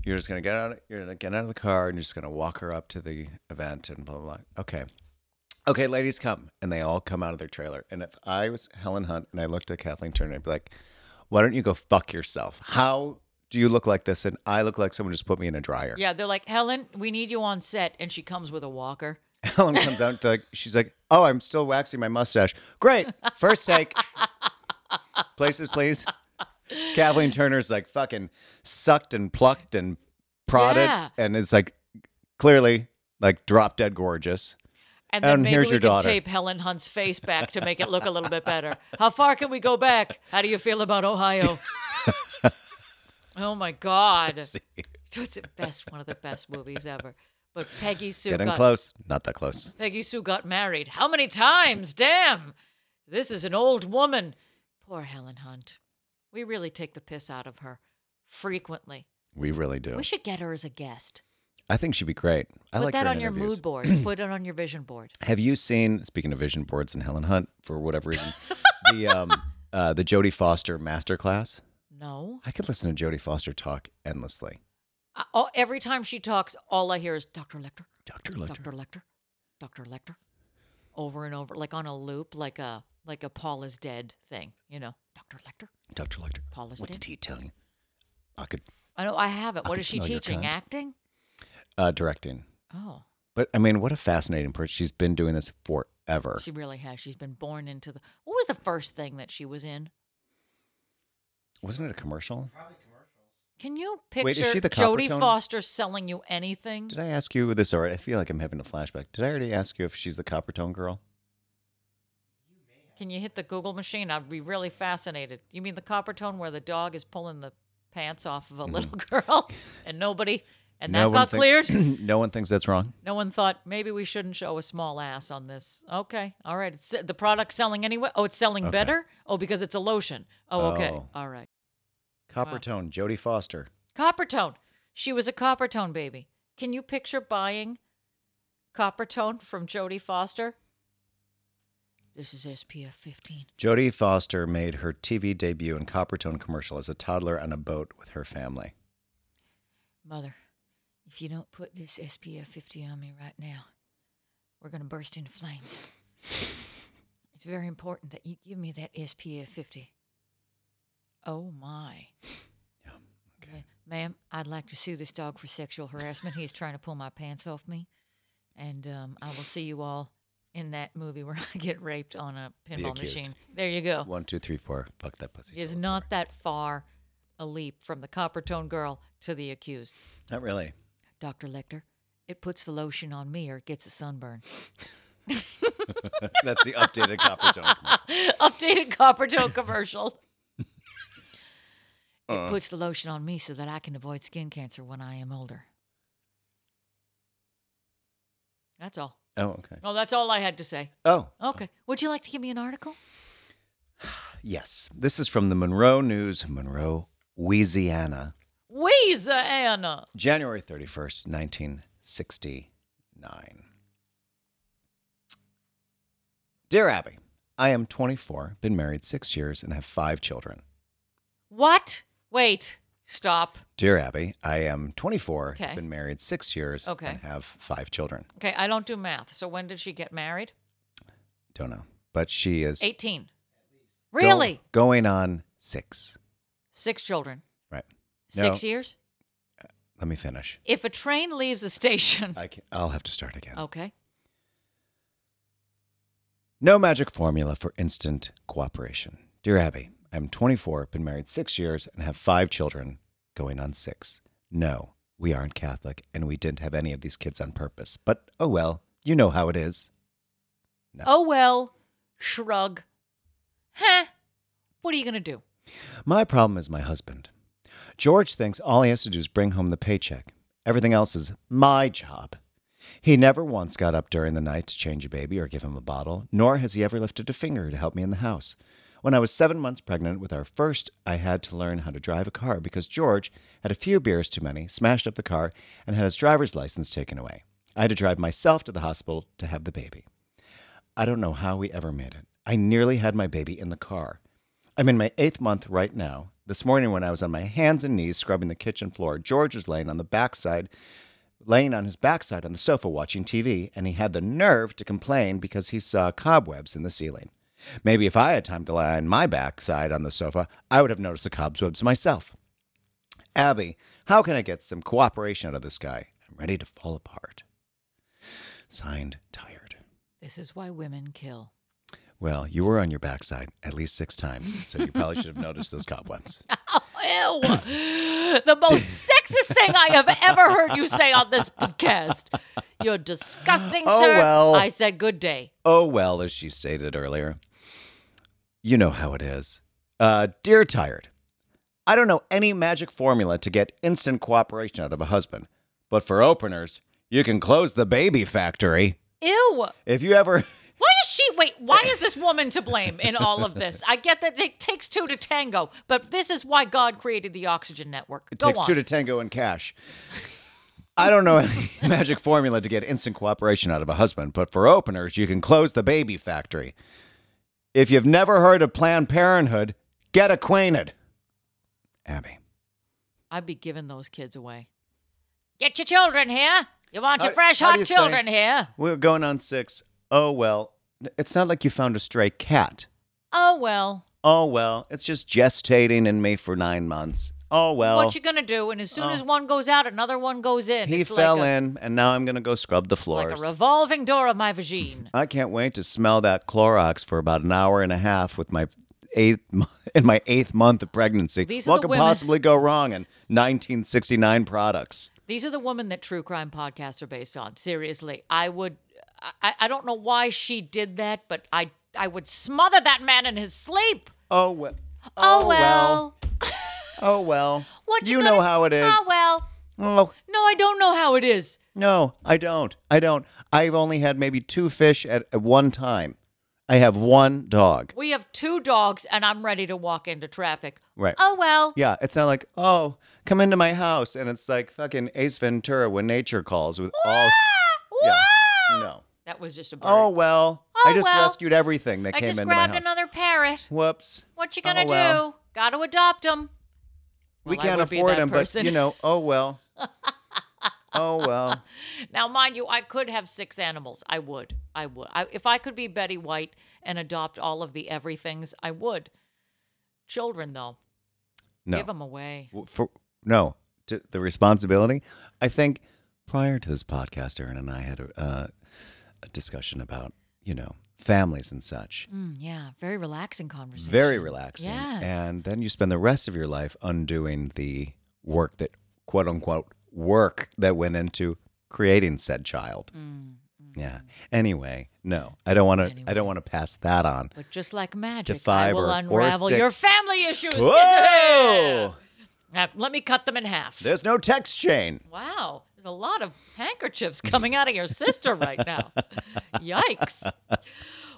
S3: you're just gonna get out, you're gonna get out of the car, and you're just gonna walk her up to the event, and blah blah. blah. Okay, okay, ladies, come, and they all come out of their trailer. And if I was Helen Hunt and I looked at Kathleen Turner, I'd be like, why don't you go fuck yourself? How do you look like this? And I look like someone just put me in a dryer.
S6: Yeah, they're like, Helen, we need you on set. And she comes with a walker.
S3: Helen comes out, to like, she's like, oh, I'm still waxing my mustache. Great, first take. Places, please. Kathleen Turner's like fucking sucked and plucked and prodded,
S6: Yeah.
S3: and it's like clearly like drop dead gorgeous.
S6: And then
S3: And
S6: maybe
S3: here's
S6: we
S3: your
S6: can
S3: daughter.
S6: tape Helen Hunt's face back to make it look a little bit better. How far can we go back? How do you feel about Ohio? oh my God. It's the best, one of the best movies ever. But Peggy Sue
S3: Getting
S6: got
S3: close, not that close.
S6: Peggy Sue got married. How many times? Damn! This is an old woman. Poor Helen Hunt. We really take the piss out of her frequently.
S3: We really do.
S6: We should get her as a guest.
S3: I think she'd be great. I
S6: Put
S3: like
S6: that
S3: her
S6: on
S3: in
S6: your
S3: interviews.
S6: mood board. Put it on your vision board.
S3: Have you seen? Speaking of vision boards and Helen Hunt, for whatever reason, the um uh, the Jodie Foster masterclass.
S6: No.
S3: I could listen to Jodie Foster talk endlessly.
S6: I, all, every time she talks, all I hear is Dr. Lecter.
S3: Dr. Lecter.
S6: Dr. Lecter, Dr. Lecter, over and over, like on a loop, like a like a Paul is dead thing, you know. Dr. Lecter,
S3: Dr. Lecter.
S6: Paul is
S3: What
S6: dead.
S3: did he tell you? I could
S6: I know I have it.
S3: I
S6: What
S3: can
S6: is she
S3: smell your
S6: teaching?
S3: cunt.
S6: Acting?
S3: uh, directing.
S6: Oh,
S3: But I mean, what a fascinating person. She's been doing this forever.
S6: she really has. She's been born into the. What was the first thing that she was in?
S3: Wasn't it a commercial?
S6: Can you picture
S3: Wait, is she the
S6: Jodie
S3: Coppertone?
S6: Foster selling you anything?
S3: Did I ask you this already? I feel like I'm having a flashback. Did I already ask you if she's the copper tone girl?
S6: Can you hit the Google machine? I'd be really fascinated. You mean the Coppertone where the dog is pulling the pants off of a little girl and nobody, and that
S3: Mm-hmm. one
S6: got
S3: think-
S6: cleared?
S3: no one thinks that's wrong.
S6: No one thought maybe we shouldn't show a small ass on this. Okay, all right. It's, the product's selling anyway. Oh, it's selling
S3: Okay.
S6: better. Oh, because it's a lotion. Oh, okay,
S3: Oh.
S6: all right.
S3: Copper tone, Jodie Foster.
S6: Coppertone. She was a Coppertone baby. Can you picture buying Coppertone from Jodie Foster? This is SPF 15.
S3: Jodie Foster made her TV debut in Coppertone commercial as a toddler on a boat with her family.
S6: Mother, if you don't put this SPF 50 on me right now, we're going to burst into flames. it's very important that you give me that SPF 50. Oh my. Okay. Ma'am, I'd like to sue this dog for sexual harassment. He is trying to pull my pants off me. And um, I will see you all in that movie where I get raped on a pinball
S3: accused.
S6: machine. There you go
S3: One, two, three, four. Fuck that pussy.
S6: Oh. is
S3: tell us
S6: not that far a leap from the coppertone girl to the accused.
S3: the- Not really.
S6: Dr. Lecter, it puts the lotion on me or it gets a sunburn.
S3: That's the updated Coppertone. commercial.
S6: Updated coppertone commercial. It puts the lotion on me so that I can avoid skin cancer when I am older. That's all.
S3: Oh, okay.
S6: Oh, that's all I had to say.
S3: Oh,
S6: Okay. Would you like to give me an article?
S3: yes. This is from the Monroe News, Monroe, Louisiana,
S6: Weeza Anna.
S3: January 31st, 1969. Dear Abby, I am 24, been married six years, and have five children.
S6: What? Wait. Stop.
S3: Dear Abby, I am 24,
S6: Okay.
S3: been married six years,
S6: Okay.
S3: and have five children.
S6: Okay, I don't do math. So when did she get married?
S3: Don't know. But she is
S6: 18.
S3: go-
S6: Really?
S3: going on six.
S6: Six children.
S3: Right.
S6: Six
S3: No,
S6: years?
S3: Let me finish.
S6: If a train leaves a station.
S3: I can, I'll have to start again.
S6: Okay.
S3: No magic formula for instant cooperation. Dear Abby, I'm 24, been married six years, and have five children going on six. No, we aren't Catholic, and we didn't have any of these kids on purpose. But oh well, you know how it is. No.
S6: Oh, well. Shrug. Huh. What are you going to do?
S3: My problem is my husband. George thinks all he has to do is bring home the paycheck. Everything else is my job. He never once got up during the night to change a baby or give him a bottle, nor has he ever lifted a finger to help me in the house. When I was seven months pregnant with our first, I had to learn how to drive a car because George had a few beers too many, smashed up the car, and had his driver's license taken away. I had to drive myself to the hospital to have the baby. I don't know how we ever made it. I nearly had my baby in the car. I'm in my eighth month right now. This morning, when I was on my hands and knees scrubbing the kitchen floor, George was laying on the backside, laying on his backside on the sofa watching TV, and he had the nerve to complain because he saw cobwebs in the ceiling. Maybe if I had time to lie on my backside on the sofa, I would have noticed the cobwebs myself. Abby, how can I get some cooperation out of this guy? I'm ready to fall apart. Signed, tired.
S6: This is why women kill.
S3: Well, you were on your backside at least six times, so you probably should have noticed those cobwebs.
S6: Oh, ew. the most sexist thing I have ever heard you say on this podcast. You're disgusting,
S3: Oh,
S6: sir.
S3: well.
S6: I said good day.
S3: Oh, well, as she stated earlier, you know how it is. Uh, dear Tired, I don't know any magic formula to get instant cooperation out of a husband, but for openers, you can close the baby factory.
S6: Ew.
S3: If you ever.
S6: Why is she? Wait, why is this woman to blame in all of this? I get that it takes two to tango, but this is why God created the oxygen network.
S3: It
S6: Go
S3: takes
S6: on.
S3: two to tango in cash. I don't know any magic formula to get instant cooperation out of a husband, but for openers, you can close the baby factory. If you've never heard of Planned Parenthood, get acquainted. Abby.
S6: I'd be giving those kids away. Get your children here. You want your
S3: How-
S6: fresh
S3: how do
S6: hot
S3: you say-
S6: children here.
S3: We're going on six. Oh well, it's not like you found a stray cat.
S6: Oh well.
S3: Oh well, it's just gestating in me for nine months. Oh well, oh.
S6: What you gonna do? And as soon as one goes out, another one goes in.
S3: he
S6: it's
S3: fell
S6: like a,
S3: in, and now I'm gonna go scrub the floors.
S6: Like a revolving door of my vagine.
S3: I can't wait to smell that Clorox for about an hour and a half with my eighth mo- in my eighth month of pregnancy.
S6: These are
S3: what
S6: the
S3: could
S6: women-
S3: possibly go wrong in 1969 products?
S6: These are the women that true crime podcasts are based on. Seriously, I would. I, I don't know why she did that, but I I would smother that man in his sleep.
S3: Oh well.
S6: Oh, well.
S3: Oh well.
S6: What
S3: you
S6: you, gonna-
S3: know how it is.
S6: Oh well.
S3: Oh
S6: No, I don't know how it is.
S3: no, I don't. I don't. I've only had maybe two fish at, at one time. I have one dog.
S6: We have two dogs, and I'm ready to walk into traffic.
S3: Right.
S6: Oh well.
S3: Yeah, it's not like, oh, come into my house, and it's like fucking Ace Ventura when nature calls with all. Yeah. No.
S6: That was just a bird.
S3: Oh well.
S6: Oh,
S3: I just
S6: well.
S3: rescued everything that
S6: I
S3: came
S6: just
S3: into my house.
S6: grabbed another parrot.
S3: Whoops.
S6: What you gonna
S3: Oh, well.
S6: do? Got to adopt him.
S3: We
S6: Well, I
S3: can't
S6: would be
S3: afford
S6: that
S3: them,
S6: person.
S3: but you know, oh well. oh well.
S6: Now, mind you, I could have six animals. I would. I would. I, if I could be Betty White and adopt all of the everythings, I would. Children, though,
S3: No.
S6: give them away.
S3: W- For no, to the responsibility. I think prior to this podcast, Erin and I had a, uh, a discussion about you know families and such.
S6: Mm, yeah, very relaxing conversation.
S3: Very relaxing.
S6: Yes.
S3: And then you spend the rest of your life undoing the work that quote unquote work that went into creating said child.
S6: Mm,
S3: Yeah. Anyway, no. I don't want to I don't want to pass that on.
S6: but just like magic, I
S3: five
S6: will
S3: or- or
S6: unravel your
S3: six.
S6: family issues.
S3: Whoa!
S6: Now, let me cut them in half.
S3: There's no text chain.
S6: Wow, there's a lot of handkerchiefs coming out of your sister right now. Yikes.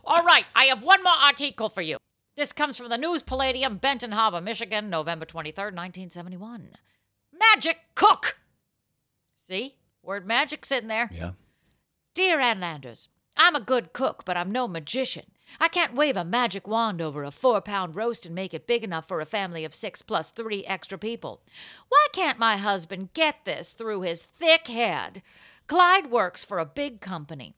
S6: All right, I have one more article for you. This comes from the News Palladium, Benton Harbor, Michigan, November 23rd, 1971. Magic Cook. See? Word magic's in there.
S3: Yeah.
S6: Dear Ann Landers, I'm a good cook, but I'm no magician. I can't wave a magic wand over a four pound roast and make it big enough for a family of six plus three extra people. Why can't my husband get this through his thick head? Clyde works for a big company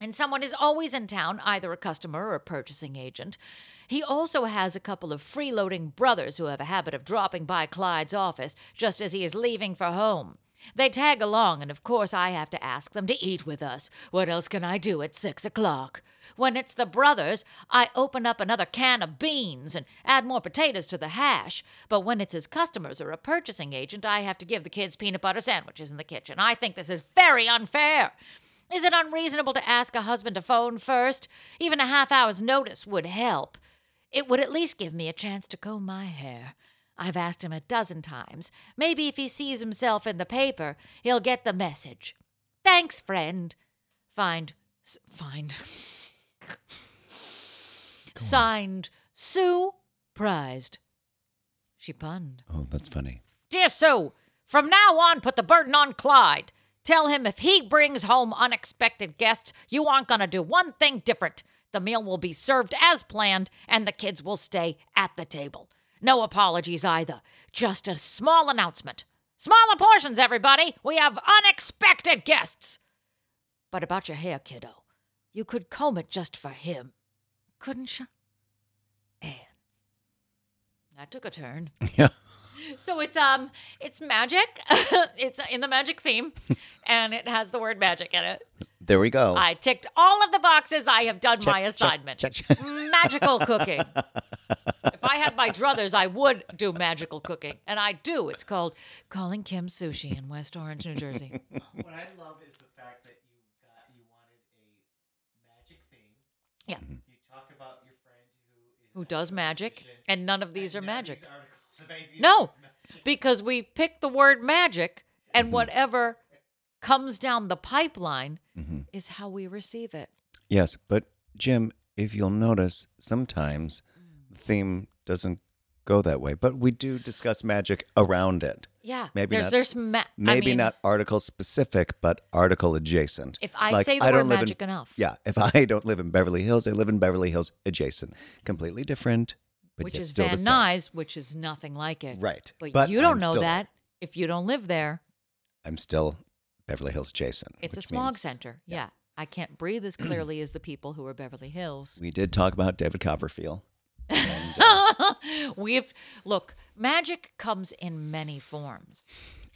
S6: and someone is always in town, either a customer or a purchasing agent. He also has a couple of freeloading brothers who have a habit of dropping by Clyde's office just as he is leaving for home. They tag along, and of course, I have to ask them to eat with us. What else can I do at six o'clock? When it's the brothers, I open up another can of beans and add more potatoes to the hash. But when it's his customers or a purchasing agent, I have to give the kids peanut butter sandwiches in the kitchen. I think this is very unfair. Is it unreasonable to ask a husband to phone first? Even a half hour's notice would help. It would at least give me a chance to comb my hair. I've asked him a dozen times. Maybe if he sees himself in the paper, he'll get the message. Thanks, friend. Find. s- Find. Signed, Sue Prized. She punned.
S3: Oh, that's funny.
S6: Dear Sue, from now on, put the burden on Clyde. Tell him if he brings home unexpected guests, you aren't going to do one thing different. The meal will be served as planned, and the kids will stay at the table. No apologies either. Just a small announcement. Smaller portions, everybody. We have unexpected guests. But about your hair, kiddo, you could comb it just for him, couldn't you? Anne. That took a turn.
S3: Yeah.
S6: So it's um it's magic. it's in the magic theme and it has the word magic in it.
S3: There we go.
S6: I ticked all of the boxes. I have done my
S3: check,
S6: assignment.
S3: check, check.
S6: Magical cooking. if I had my druthers, I would do magical cooking. And I do. It's called Calling Kim Sushi in West Orange, New Jersey.
S5: what I love is the fact that you got you wanted a magic theme.
S6: Yeah.
S3: Mm-hmm.
S5: You talked about your friend who is
S6: Who does magic? And none of these are
S5: none of
S6: magic.
S5: these articles of anything
S6: No,
S5: about magic.
S6: because we pick the word magic
S3: Mm-hmm.
S6: and whatever comes down the pipeline is how we receive it.
S3: yes, but Jim, if you'll notice, sometimes the theme doesn't go that way, but we do discuss magic around it.
S6: Yeah.
S3: Maybe
S6: there's
S3: not-
S6: there's ma- I
S3: Maybe
S6: mean,
S3: not article specific, but article adjacent.
S6: If I say the word
S3: live
S6: magic
S3: in,
S6: enough.
S3: yeah. If I don't live in Beverly Hills, I live in Beverly Hills adjacent, completely different, but
S6: which
S3: yet
S6: is
S3: still the
S6: Van
S3: same.
S6: Nuys, which is nothing like it.
S3: Right.
S6: But,
S3: But
S6: you don't
S3: I'm
S6: know
S3: still-
S6: that if you don't live there.
S3: I'm still Beverly Hills Jason.
S6: It's a
S3: which
S6: smog
S3: means-
S6: center. Yeah. I can't breathe as clearly as the people who are Beverly Hills.
S3: We did talk about David Copperfield.
S6: We've look, magic comes in many forms.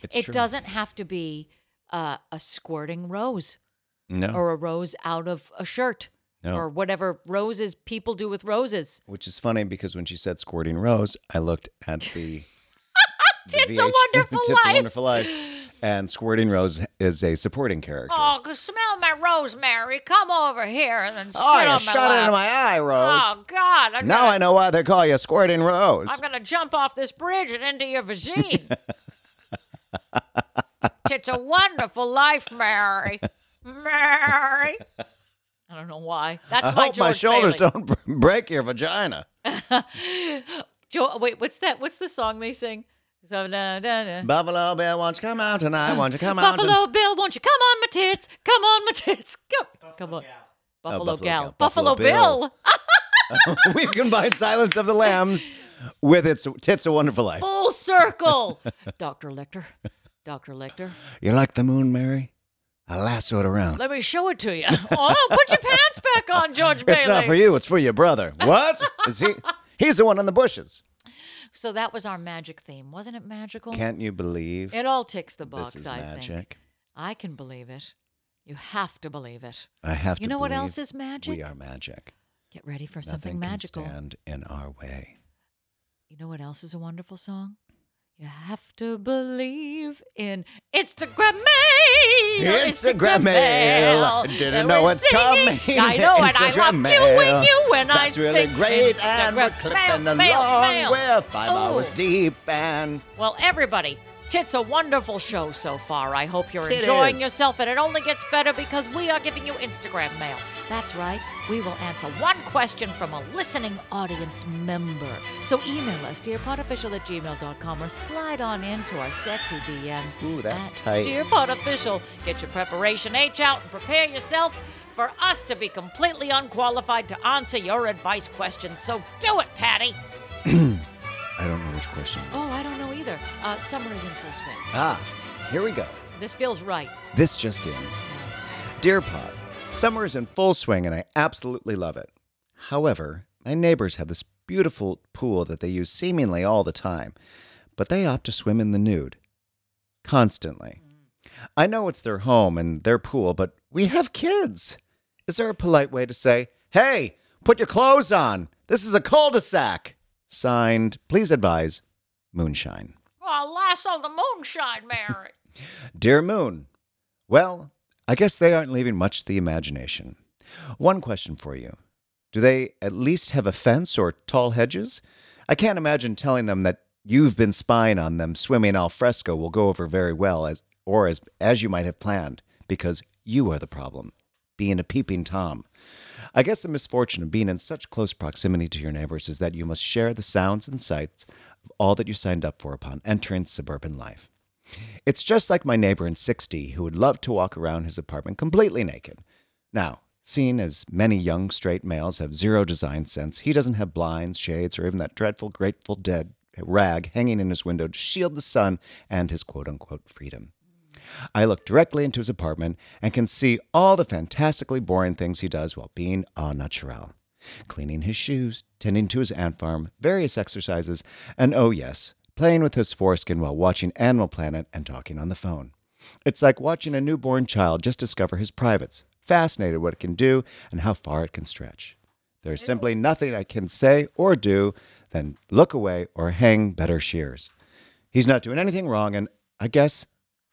S3: It's
S6: it
S3: true.
S6: doesn't have to be uh, a squirting rose
S3: No.
S6: or a rose out of a shirt
S3: Oh. No.
S6: or whatever roses people do with roses.
S3: Which is funny because when she said squirting rose, I looked at the. the
S6: It's a Wonderful
S3: It's a
S6: Life.
S3: wonderful life. And squirting rose is a supporting character.
S6: Oh, c- smell my rosemary. Come over here and then
S3: Oh,
S6: sit
S3: you
S6: on my
S3: shot it
S6: lap.
S3: in my eye, Rose.
S6: Oh God! I'm
S3: now
S6: gonna,
S3: I know why they call you squirting rose.
S6: I'm gonna jump off this bridge and into your vagine. it's a wonderful life, Mary. Mary. I don't know why. That's
S3: I
S6: my
S3: hope my
S6: George
S3: shoulders
S6: Bailey.
S3: don't break your vagina.
S6: Jo- wait, what's that? What's the song they sing? So, da, da, da.
S3: Buffalo Bill, won't you come out tonight? Won't you come out?
S6: Buffalo Bill, won't you come on my tits? Come on my tits. Come, come on. Buffalo,
S3: Buffalo
S6: gal.
S3: Gal.
S6: Buffalo,
S3: Buffalo
S6: Bill.
S3: Bill. tonight? We've combined Silence of the Lambs with its Tits a Wonderful Life.
S6: Full circle. Dr. Lecter. Dr. Lecter.
S3: You're like the moon, Mary. I lasso it around.
S6: Let me show it to you. Oh, put your pants back on, George Bailey.
S3: It's not for you. It's for your brother. What is he? He's the one in the bushes.
S6: So that was our magic theme. Wasn't it magical?
S3: Can't you believe
S6: it all ticks the box,
S3: this is
S6: I think.
S3: magic?
S6: I can believe it. You have to believe it.
S3: I have to.
S6: You know what
S3: believe
S6: else is magic?
S3: We are magic.
S6: Get ready for something
S3: Nothing
S6: magical.
S3: can stand in our way.
S6: You know what else is a wonderful song? You have to believe in Instagram mail.
S3: Instagram mail. Didn't know what's coming.
S6: I know, and I love
S3: Instagram
S6: queuing
S3: mail.
S6: you when I
S3: That's really
S6: sing
S3: great, and we're
S6: Instagram
S3: clipping
S6: mail,
S3: along.
S6: mail, mail.
S3: We're five
S6: Oh.
S3: hours deep, and
S6: Well, everybody, it's a wonderful show so far. I hope you're
S3: It
S6: enjoying
S3: is.
S6: yourself, and it only gets better because we are giving you Instagram mail. That's right, we will answer one question from a listening audience member. So email us, dearpodofficial at gmail.com, or slide on into our sexy DMs.
S3: Ooh, that's
S6: at
S3: tight.
S6: Dear Pod Official, get your preparation H out and prepare yourself for us to be completely unqualified to answer your advice questions. So do it, Patty.
S3: I don't know which question.
S6: Oh, I don't know either. Uh, summer is in full swing.
S3: Ah, here we go.
S6: This feels right.
S3: This just in. Dear Pod, summer is in full swing and I absolutely love it. However, my neighbors have this beautiful pool that they use seemingly all the time, but they opt to swim in the nude constantly. I know it's their home and their pool, but we have kids. Is there a polite way to say, hey, put your clothes on? This is a cul de sac. Signed, please advise, Moonshine.
S6: Oh, lasso the moonshine, Mary.
S3: Dear Moon, well, I guess they aren't leaving much to the imagination. One question for you Do they at least have a fence or tall hedges? I can't imagine telling them that you've been spying on them swimming al fresco will go over very well as or as as you might have planned because you are the problem being a peeping tom i guess the misfortune of being in such close proximity to your neighbors is that you must share the sounds and sights of all that you signed up for upon entering suburban life it's just like my neighbor in 60 who would love to walk around his apartment completely naked. Now, seeing as many young straight males have zero design sense, he doesn't have blinds, shades, or even that dreadful Grateful Dead rag hanging in his window to shield the sun and his quote unquote freedom. I look directly into his apartment and can see all the fantastically boring things he does while being au naturel. Cleaning his shoes, tending to his ant farm, various exercises, and oh yes, playing with his foreskin while watching Animal Planet and talking on the phone. It's like watching a newborn child just discover his privates, fascinated what it can do and how far it can stretch. There's simply nothing I can say or do than look away or hang better shears. He's not doing anything wrong, and I guess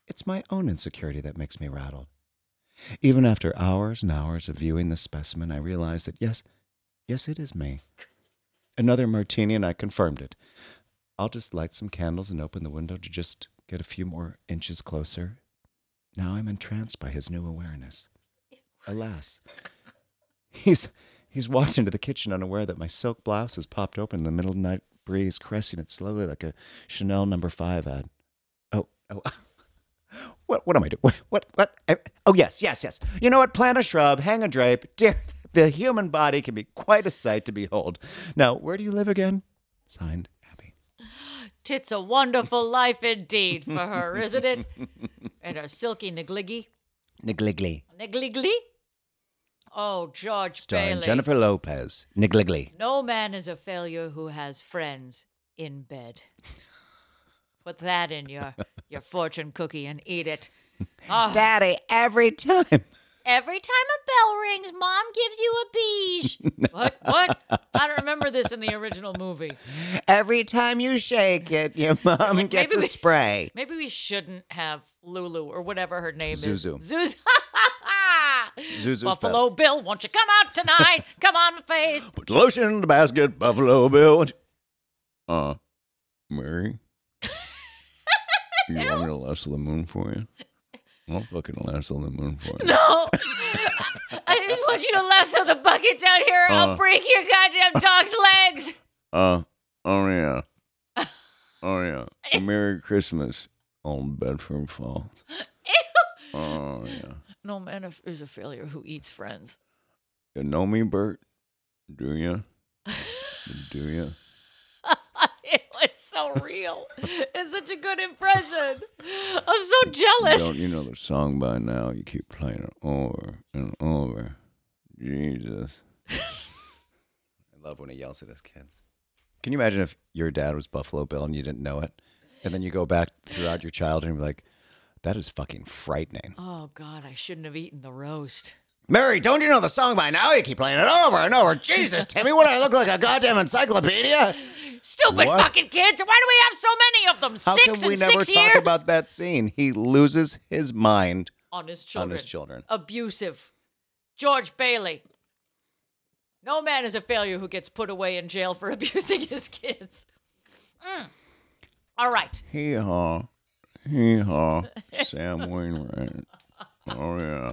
S3: it's my own insecurity that makes me rattled. Even after hours and hours of viewing this specimen, I realize that yes, yes, it is me. Another martini, and I confirmed it. I'll just light some candles and open the window to just get a few more inches closer. Now I'm entranced by his new awareness. Alas, he's he's walked into the kitchen unaware that my silk blouse is popped open in the middle of the night breeze, caressing it slowly like a Chanel number five ad. Oh, oh. What, what am I doing? What, what, what? I- oh, yes, yes, yes. You know what? Plant a shrub, hang a drape. Dear, the human body can be quite a sight to behold. Now, where do you live again? Signed, Abby.
S6: Tits a wonderful life indeed for her, isn't it? And her silky negliggy.
S3: Negligly.
S6: Negligly? Oh, George
S3: Starring
S6: Bailey.
S3: Jennifer Lopez. Negligly.
S6: No man is a failure who has friends in bed. Put that in your your fortune cookie and eat it. Oh,
S3: Daddy, every time.
S6: every time a bell rings, mom gives you a beige. what? What? I don't remember this in the original movie.
S3: Every time you shake it, your mom
S6: Like,
S3: gets
S6: maybe
S3: a
S6: we-
S3: spray.
S6: Maybe we shouldn't have Lulu or whatever her name
S3: Zuzu.
S6: is. Zuzu.
S3: Zuzu's
S6: Buffalo
S3: Pets.
S6: Bill, won't you come out tonight? come on, my face.
S3: Put lotion in the basket, Buffalo Bill. Uh, Mary? you want me to lasso the moon for you? I'll fucking lasso the moon for you.
S6: No. I just want you to lasso the bucket down here. I'll
S3: Uh.
S6: break your goddamn dog's legs.
S3: Uh, oh yeah. oh yeah. Merry Christmas, old Bedford Falls. Oh yeah.
S6: No man if- is a failure who eats friends.
S3: You know me, Bert? Do you? Do you?
S6: it was so real. it's such a good impression. I'm so jealous.
S3: Don't you know the song by now? Oh, You keep Oh, playing it over and over. Jesus. I love when he yells at his kids. Can you imagine if your dad was Buffalo Bill and you didn't know it? And then you go back throughout your childhood and be like, that is fucking frightening.
S6: Oh God, I shouldn't have eaten the roast.
S3: Mary, don't you know the song by now? You keep playing it over and over. Jesus, Timmy, what I look like a goddamn encyclopedia?
S6: Stupid
S3: What?
S6: fucking kids! Why do we have so many of them?
S3: How
S6: six
S3: can we
S6: in
S3: never
S6: six
S3: talk
S6: years
S3: about that scene? He loses his mind
S6: on his children.
S3: on his children.
S6: Abusive. George Bailey. No man is a failure who gets put away in jail for abusing his kids. Mm. All right.
S3: Hee haw, hee haw, Sam Wainwright. Oh yeah,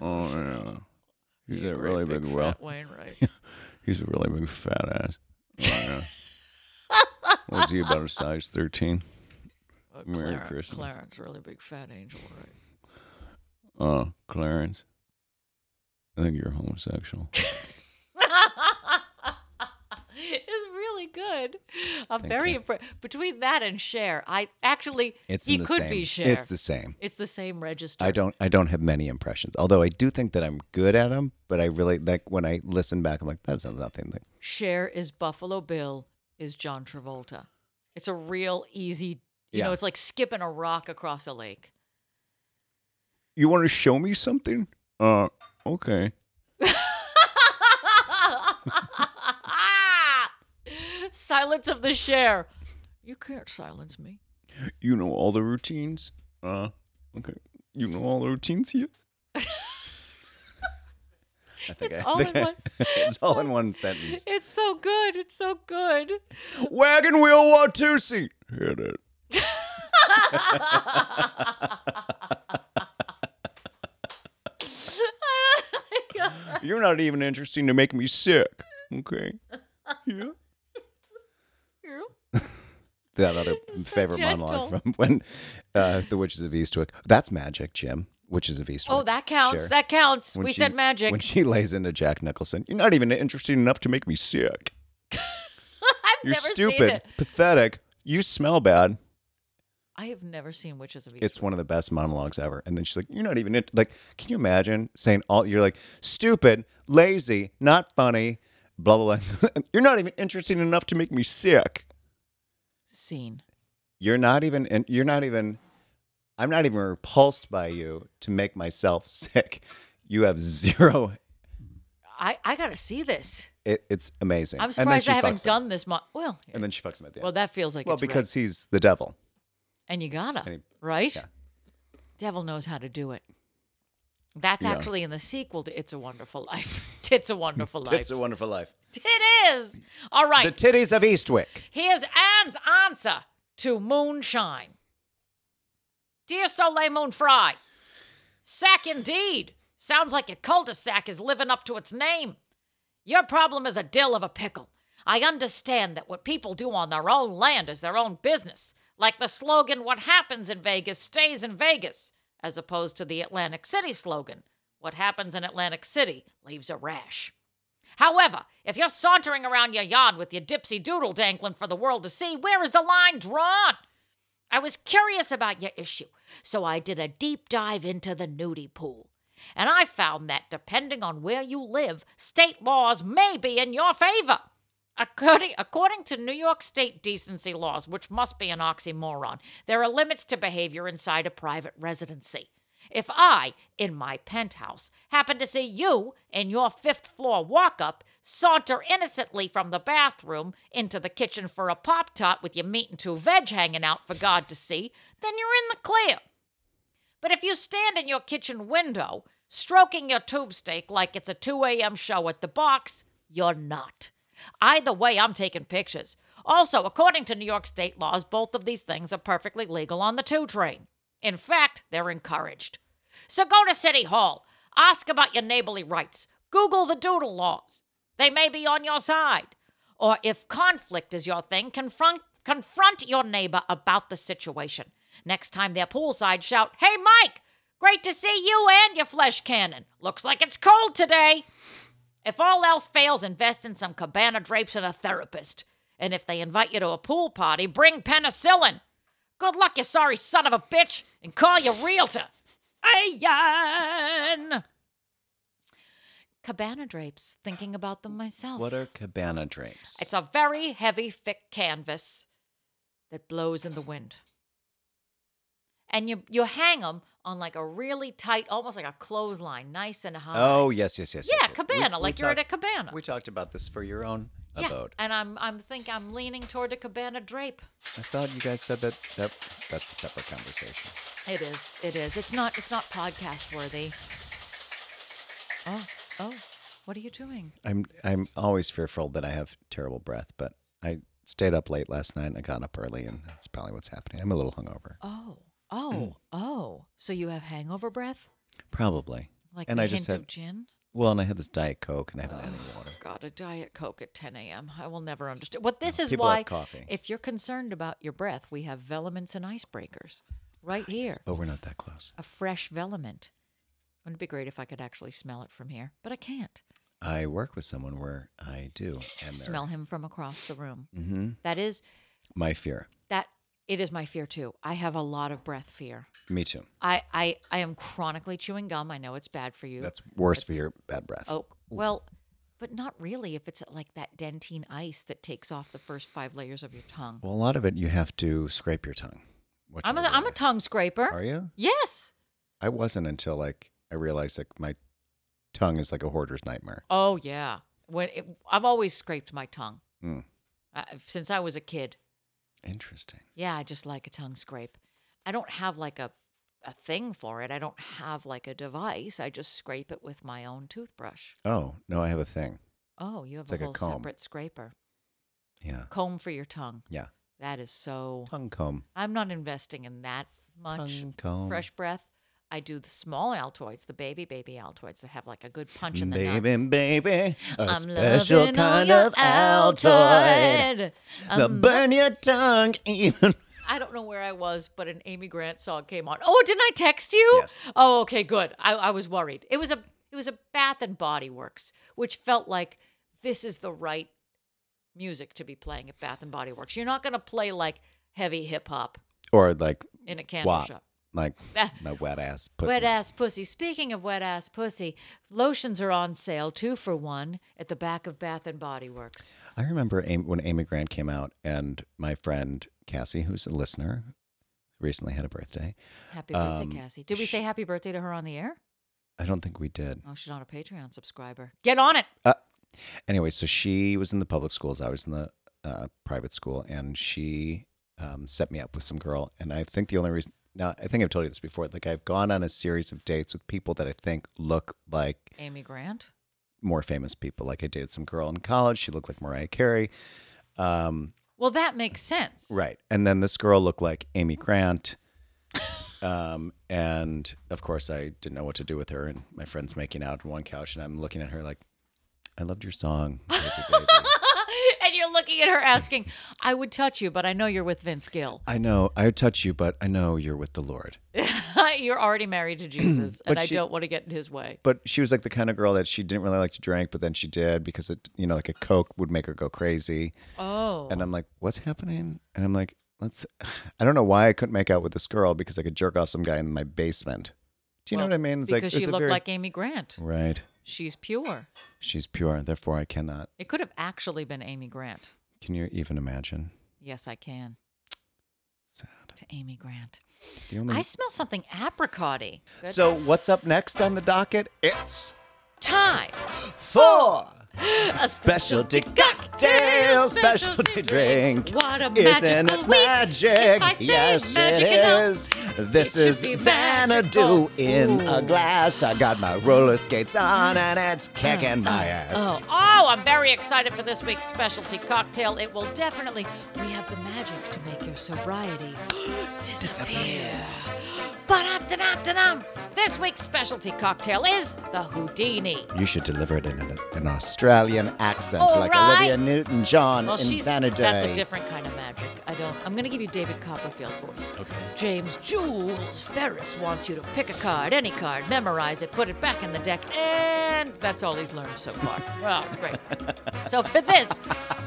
S3: oh yeah. He's a really big, well.
S6: Wainwright.
S3: He's a really big fat ass. Oh yeah. what is he about a size thirteen?
S6: Uh,
S3: Merry
S6: Clarence,
S3: Christmas.
S6: Clarence, really big fat angel, right?
S3: Uh, Clarence. I think you're homosexual.
S6: it's really good. I'm very impressed. Between that and Cher, I actually he could be Cher.
S3: It's the same.
S6: It's the same register.
S3: I don't I don't have many impressions. Although I do think that I'm good at them, but I really like when I listen back I'm like that sounds nothing like
S6: Cher is Buffalo Bill is John Travolta. It's a real easy. You know,
S3: Yeah.
S6: it's like skipping a rock across a lake.
S3: You want to show me something? Uh okay.
S6: Silence of the Cher. You can't silence me.
S3: You know all the routines? Uh okay. You know all the routines here? I think
S6: It's all in one-
S3: it's all in one sentence.
S6: It's so good. It's so good.
S3: Wagon wheel Watusi. Hit it. You're not even interesting to make me sick. Okay. Yeah. that other
S6: It's so
S3: favorite monologue
S6: gentle.
S3: from when uh, the Witches of Eastwick. That's magic, Jim. Witches of Eastwick.
S6: Oh, that counts.
S3: Sure.
S6: That counts.
S3: When
S6: we
S3: she-
S6: said magic.
S3: When she lays into Jack Nicholson, you're not even interesting enough to make me sick.
S6: I've
S3: You're
S6: never
S3: stupid,
S6: seen it.
S3: pathetic. You smell bad.
S6: I have never seen Witches of Eastwick.
S3: It's one of the best monologues ever. And then she's like, "You're not even int-" like." Can you imagine saying all? You're like stupid, lazy, not funny, blah blah blah. you're not even interesting enough to make me sick.
S6: scene.
S3: You're not even. And you're not even. I'm not even repulsed by you to make myself sick. You have zero.
S6: I, I gotta see this.
S3: It, it's amazing.
S6: I'm
S3: And then
S6: surprised
S3: she
S6: I haven't
S3: fucks him.
S6: done this. Mo- well,
S3: And then she fucks him at the end.
S6: well, that feels like
S3: well,
S6: it's right.
S3: because he's the devil.
S6: and you gotta
S3: and he-
S6: right.
S3: yeah.
S6: Devil knows how to do it. That's
S3: Yeah.
S6: actually in the sequel to It's a Wonderful Life. Tits a Wonderful Life.
S3: It's a wonderful life.
S6: it is all right.
S3: The titties of Eastwick.
S6: Here's Anne's answer to Moonshine. Dear Soleil Moon Fry, sack indeed. Sounds like your cul-de-sac is living up to its name. Your problem is a dill of a pickle. I understand that what people do on their own land is their own business. Like the slogan, what happens in Vegas stays in Vegas, as opposed to the Atlantic City slogan, what happens in Atlantic City leaves a rash. However, if you're sauntering around your yard with your dipsy doodle dangling for the world to see, where is the line drawn? I was curious about your issue, so I did a deep dive into the nudie pool. And I found that, depending on where you live, state laws may be in your favor. According, according to New York State decency laws, which must be an oxymoron, there are limits to behavior inside a private residency. If I, in my penthouse, happen to see you in your fifth floor walk up saunter innocently from the bathroom into the kitchen for a Pop Tart with your meat and two veg hanging out for God to see, then you're in the clear. But if you stand in your kitchen window, stroking your tube steak like it's a 2 a.m. show at the box, you're not. Either way, I'm taking pictures. Also, according to New York state laws, both of these things are perfectly legal on the 2 train. In fact, they're encouraged. So go to City Hall, ask about your neighborly rights, Google the doodle laws. They may be on your side. Or if conflict is your thing, confront confront your neighbor about the situation. Next time they're poolside, shout, "Hey, Mike! Great to see you and your flesh cannon. Looks like it's cold today." If all else fails, invest in some cabana drapes and a therapist. And if they invite you to a pool party, bring penicillin. Good luck, you sorry son of a bitch, and call your realtor. Ayan! Cabana drapes, thinking about them myself.
S3: What are cabana drapes?
S6: Oh. It's a very heavy, thick canvas that blows in the wind. And you you hang them on like a really tight, almost like a clothesline, nice and high.
S3: oh yes, yes, yes.
S6: yeah,
S3: yes, yes. We-
S6: cabana,
S3: we
S6: like you're at a
S3: talked-
S6: cabana.
S3: We talked about this for your own
S6: yeah,
S3: abode.
S6: and I'm I'm think I'm leaning toward a cabana drape.
S3: I thought you guys said that. That that's a separate conversation.
S6: It is, it is. It's not it's not podcast worthy. Oh, oh, what are you doing?
S3: I'm I'm always fearful that I have terrible breath, but I stayed up late last night and I got up early, and that's probably what's happening. I'm a little hungover,
S6: Oh, oh, oh. So you have hangover breath,
S3: probably.
S6: like
S3: and
S6: the
S3: I
S6: hint
S3: just had
S6: of gin.
S3: well, and I had this diet coke, and I haven't had any water.
S6: God, a diet coke at 10 a.m. I will never understand. What this is
S3: People
S6: why,
S3: have coffee.
S6: if you're concerned about your breath, we have Veliments and icebreakers right here.
S3: Ah, But we're not that close.
S6: A fresh Veliment. Wouldn't it be great if I could actually smell it from here, but I can't.
S3: I work with someone where I do, and they're- Mm-hmm.
S6: Smell him from across the room. That is
S3: my fear.
S6: that. It is my fear too. I have a lot of breath fear.
S3: Me too.
S6: I I I am chronically chewing gum. I know it's bad for you.
S3: That's worse for your bad breath.
S6: Oh, well, but not really if it's like that dentine ice that takes off the first five layers of your tongue.
S3: Well, a lot of it you have to scrape your tongue. Which
S6: I'm a,
S3: I
S6: I'm a
S3: realized.
S6: tongue scraper.
S3: Are you?
S6: Yes.
S3: I wasn't until like I realized like my tongue is like a hoarder's nightmare.
S6: Oh yeah. When it, I've always scraped my tongue
S3: Hmm.
S6: uh, since I was a kid.
S3: Interesting.
S6: Yeah, I just like a tongue scrape. I don't have like a a thing for it. I don't have like a device. I just scrape it with my own toothbrush.
S3: Oh no, I have a thing.
S6: Oh, you have
S3: It's
S6: a
S3: like a
S6: whole
S3: comb.
S6: separate scraper.
S3: Yeah,
S6: Comb for your tongue.
S3: yeah.
S6: That is so
S3: Tongue comb.
S6: I'm not investing in that much
S3: Tongue comb.
S6: fresh breath. I do the small Altoids, the baby baby Altoids that have like a good punch in the
S3: baby,
S6: nuts.
S3: baby, a
S6: I'm
S3: special
S6: loving all
S3: kind
S6: your
S3: of Altoid. The
S6: Um,
S3: burn your tongue even.
S6: I don't know where I was, but an Amy Grant song came on. Oh, didn't I text you?
S3: Yes.
S6: Oh, okay, good. I, I was worried. It was a it was a Bath and Body Works, which felt like this is the right music to be playing at Bath and Body Works. You're not gonna play like heavy hip hop
S3: or like
S6: in a candle
S3: wop,
S6: shop.
S3: like
S6: That-
S3: my wet ass. Put
S6: Wet ass pussy. Speaking of wet ass pussy, lotions are on sale two for one at the back of Bath and Body Works.
S3: I remember Amy, when Amy Grant came out, and my friend Cassie, who's a listener, recently had a birthday.
S6: Happy birthday,
S3: Um,
S6: Cassie. Did we say happy birthday to her on the air?
S3: I don't think we did.
S6: Oh, she's not a Patreon subscriber. Get on it.
S3: Uh, anyway, so she was in the public schools. I was in the uh, private school, and she um, set me up with some girl. And I think the only reason now, I think I've told you this before. Like I've gone on a series of dates with people that I think look like
S6: Amy Grant.
S3: more famous people. Like I dated some girl in college. She looked like Mariah Carey. Um,
S6: Well, that makes sense.
S3: right. And then this girl looked like Amy Grant. Um, and of course I didn't know what to do with her and my friend's making out on one couch and I'm looking at her like, I loved your song. Baby, Baby."
S6: and you're looking at her asking, I would touch you, but I know you're with Vince Gill.
S3: I know I touch you, but I know you're with the Lord.
S6: you're already married to Jesus, and
S3: But
S6: I
S3: she-
S6: don't want to get in his way.
S3: But she was like the kind of girl that she didn't really like to drink, but then she did because it, you know, like a Coke would make her go crazy.
S6: Oh.
S3: And uh, I'm like, what's happening? And I'm like, let's, I don't know why I couldn't make out with this girl because I could jerk off some guy in my basement. Do you know what I mean?
S6: because she
S3: a
S6: looked
S3: very-
S6: like Amy Grant.
S3: Right.
S6: She's pure.
S3: She's pure, therefore I cannot.
S6: It could have actually been Amy Grant.
S3: Can you even imagine?
S6: Yes, I can.
S3: Sad.
S6: To Amy Grant.
S3: The only.
S6: I smell something apricotty. Good.
S3: so what's up next on the docket? It's
S6: Time.
S3: four specialty
S6: specialty cocktail,
S3: cocktail,
S6: specialty
S3: specialty
S6: drink.
S3: drink.
S6: What a
S3: Isn't
S6: magical
S3: it
S6: week.
S3: magic?
S6: If I say
S3: yes,
S6: magic
S3: it
S6: enough,
S3: is. This
S6: it
S3: is
S6: should be magical.
S3: Xanadu in a
S6: Ooh.
S3: glass. I got my roller skates on and it's kicking my ass.
S6: Oh, oh, I'm very excited for this week's specialty cocktail. It will definitely. We have the magic to make your sobriety disappear. Ba-dum-dum-dum. This week's specialty cocktail is the Houdini.
S3: You should deliver it in an, an Australian accent,
S6: All
S3: like
S6: right.
S3: Olivia Newton-John
S6: Well,
S3: in
S6: she's
S3: Xanadu.
S6: that's a different kind of magic. I don't. I'm gonna give you David Copperfield voice. Okay. James Jules Ferris wants you to pick a card, any card, memorize it, put it back in the deck, and that's all he's learned so far. well, great. So for this,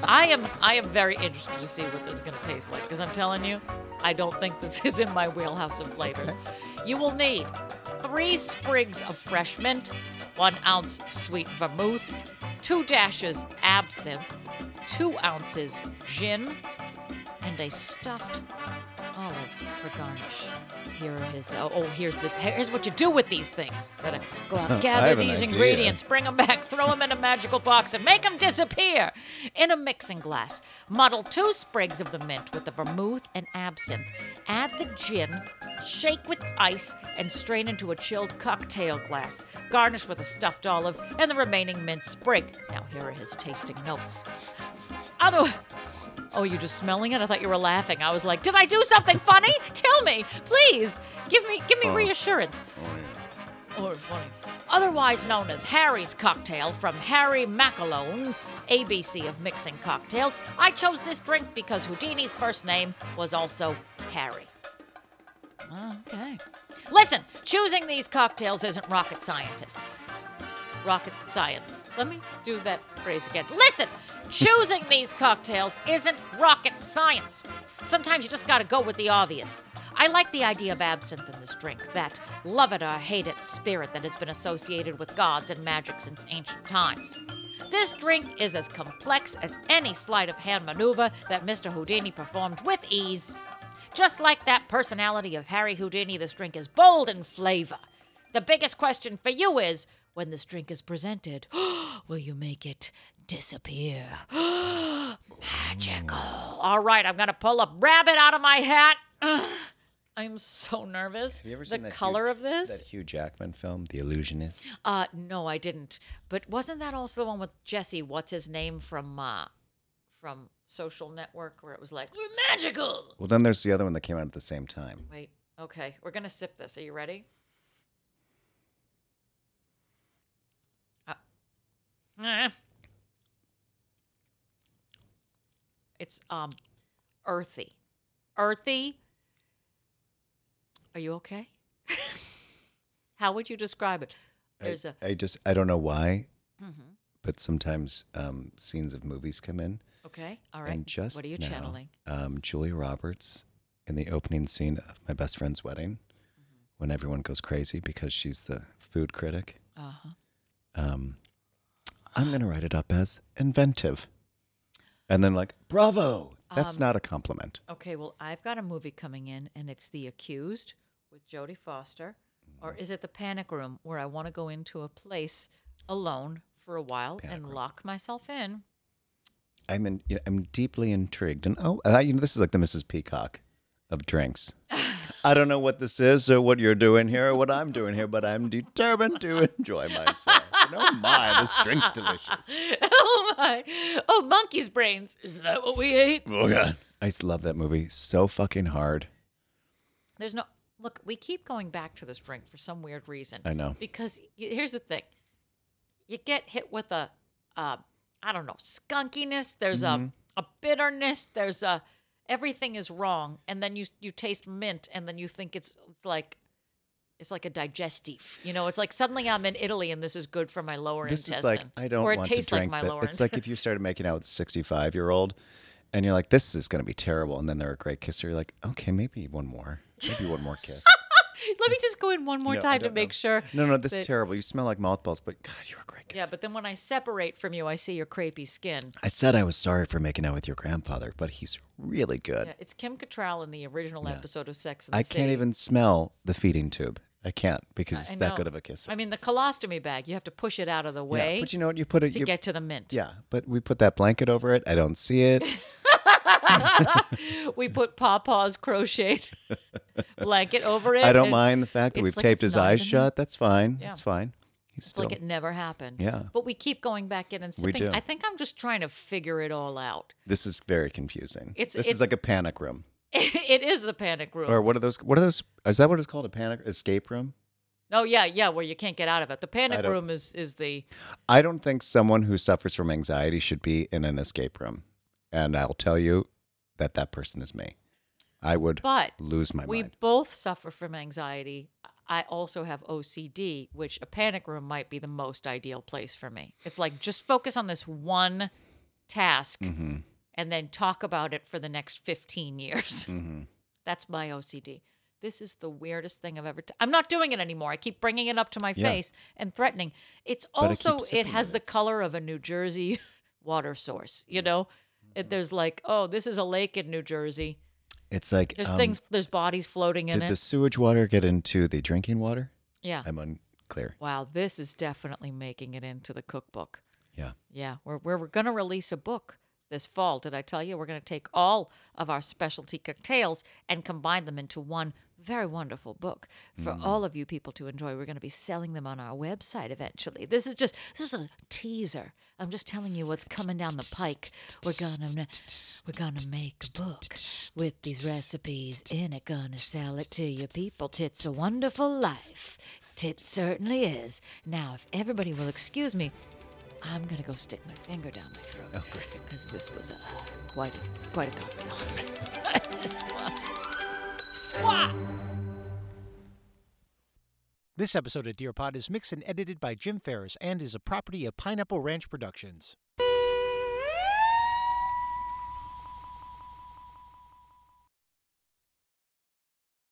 S6: I am I am very interested to see what this is gonna taste like because I'm telling you, I don't think this is in my wheelhouse of flavors. You will need three sprigs of fresh mint, one ounce sweet vermouth, two dashes absinthe, two ounces gin, and a stuffed olive for garnish. Here is oh, oh here's the here's what you do with these things. Gotta go out, gather
S3: have an
S6: these
S3: idea.
S6: ingredients, bring them back, throw them in a magical box, and make them disappear in a mixing glass. Muddle two sprigs of the mint with the vermouth and absinthe. Add the gin, shake with ice, and strain into a chilled cocktail glass. Garnish with a stuffed olive and the remaining mint sprig. Now here are his tasting notes. Other. Oh, you're just smelling it? I thought you were laughing. I was like, did I do something funny? Tell me, please. Give me give me reassurance.
S3: Oh,
S6: Or funny. Otherwise known as Harry's Cocktail from Harry Macalone's ABC of Mixing Cocktails, I chose this drink because Houdini's first name was also Harry. Oh, okay. Listen, choosing these cocktails isn't rocket scientist rocket science. Let me do that phrase again. Listen, choosing these cocktails isn't rocket science. Sometimes you just gotta go with the obvious. I like the idea of absinthe in this drink, that love it or hate it spirit that has been associated with gods and magic since ancient times. This drink is as complex as any sleight of hand maneuver that Mr. Houdini performed with ease. Just like that personality of Harry Houdini, this drink is bold in flavor. The biggest question for you is when this drink is presented, will you make it disappear? Magical. All right, I'm going to pull a rabbit out of my hat. Ugh, I'm so nervous.
S3: Have you ever
S6: the
S3: seen that
S6: color
S3: Hugh,
S6: of this?
S3: That Hugh Jackman film, The Illusionist.
S6: Uh, no, I didn't. But wasn't that also the one with Jesse? What's his name from uh, from Social Network, where it was like we're magical.
S3: Well, then there's the other one that came out at the same time.
S6: Wait, okay, we're gonna sip this. Are you ready? Uh, eh. It's um, earthy, earthy. Are you okay? How would you describe it? There's a Mm-hmm.
S3: I, I just I don't know why, but sometimes um, scenes of movies come in,
S6: Okay. All right.
S3: and just
S6: what are you
S3: now,
S6: channeling?
S3: Um, Julia Roberts in the opening scene of my best friend's wedding,
S6: Mm-hmm.
S3: when everyone goes crazy because she's the food critic.
S6: Uh huh.
S3: Um, I'm gonna write it up as inventive, and then like bravo. That's
S6: Um,
S3: not a compliment.
S6: Okay. Well, I've got a movie coming in, and it's The Accused with Jodie Foster, or is it The Panic Room, where I want to go into a place alone for a while and lock myself in?
S3: I'm in, you know, I'm deeply intrigued, and oh, uh, you know, this is like the Mrs. Peacock of drinks. I don't know what this is or what you're doing here or what I'm doing here, but I'm determined to enjoy myself. And oh my, this drink's delicious.
S6: oh my! Oh, monkey's brains. Is that what we ate?
S3: Oh god, I just love that movie so fucking hard.
S6: There's no look. We keep going back to this drink for some weird reason.
S3: I know.
S6: Because y- here's the thing: you get hit with a uh, I don't know, skunkiness, there's
S3: Mm-hmm.
S6: a, a bitterness, there's a everything is wrong. And then you you taste mint and then you think it's, it's like it's like a digestive. You know, it's like suddenly I'm in Italy and this is good for my lower
S3: This is
S6: intestine.
S3: like I don't
S6: or it
S3: want
S6: tastes
S3: to drink
S6: like my
S3: that.
S6: lower
S3: It's like if you started making out with a 65 year old, and you're like, "This is going to be terrible," and then they're a great kisser. You're like, "Okay, maybe one more, maybe one more kiss."
S6: Let me just go in one more
S3: No, I
S6: time to
S3: don't
S6: make
S3: know.
S6: sure.
S3: No, no, this
S6: that-
S3: is terrible. You smell like mothballs, but God, you're a great kisser.
S6: Yeah, but then when I separate from you, I see your crepey skin.
S3: I said I was sorry for making out with your grandfather, but he's really good.
S6: Yeah, it's Kim Cattrall in the original episode of Sex and the
S3: I
S6: City.
S3: can't even smell the feeding tube. I can't because
S6: I
S3: it's that
S6: know.
S3: good of a kisser.
S6: I mean, the colostomy bag, you have to push it out of the way
S3: yeah, but you know what? You put it.
S6: to
S3: You,
S6: get to the mint.
S3: yeah, but we put that blanket over it. I don't see it.
S6: We put Papa's crocheted blanket over it.
S3: I don't
S6: and
S3: mind the fact that
S6: it's
S3: we've
S6: like
S3: taped
S6: it's
S3: his
S6: not
S3: eyes
S6: even
S3: shut. That's fine.
S6: Yeah.
S3: It's fine. He's
S6: It's
S3: still.
S6: like it never happened.
S3: Yeah.
S6: But we keep going back in and
S3: We
S6: sipping.
S3: do.
S6: I think I'm just trying to figure it all out.
S3: This is very confusing.
S6: It's-
S3: this
S6: it's-
S3: is like a panic room,
S6: it is a panic room.
S3: or what are those? What are those? Is that what it's called? A panic escape room?
S6: oh yeah, yeah, where you can't get out of it. The panic
S3: don't-
S6: room is is the
S3: I don't think someone who suffers from anxiety should be in an escape room, and I'll tell you that that person is me. I would
S6: but
S3: lose my
S6: we
S3: mind.
S6: both suffer from anxiety. I also have OCD, which a panic room might be the most ideal place for me. It's like just focus on this one task
S3: Mm-hmm.
S6: and then talk about it for the next 15 years.
S3: Mm-hmm.
S6: That's my OCD. This is the weirdest thing I've ever. i I'm not doing it anymore. I keep bringing it up to my
S3: Yeah.
S6: face and threatening. It's
S3: I keep
S6: also it
S3: sipping
S6: has
S3: on
S6: the color of a New Jersey water source. You know,
S3: Mm-hmm.
S6: it, there's like oh, this is a lake in New Jersey.
S3: It's like
S6: There's
S3: um,
S6: things. There's bodies floating in
S3: Did
S6: it. Uh.
S3: the sewage water get into the drinking water?
S6: yeah.
S3: I'm unclear.
S6: wow. This is definitely making it into the cookbook.
S3: Yeah.
S6: Yeah. We're we're, we're gonna release a book this fall. Did I tell you? We're gonna take all of our specialty cocktails and combine them into one very wonderful book for all of you people to enjoy. We're gonna be selling them on our website eventually. This is just this is a teaser. I'm just telling you what's coming down the pike. We're gonna we're gonna make a book with these recipes in it. Gonna sell it to your people. Tits a wonderful life. Tit certainly is. Now, if everybody will excuse me, I'm gonna go stick my finger down my throat. Oh, great! Because this was a quite a quite a cocktail. I just want swat.
S7: This episode of Dear Pod is mixed and edited by Jim Ferris and is a property of Pineapple Ranch Productions.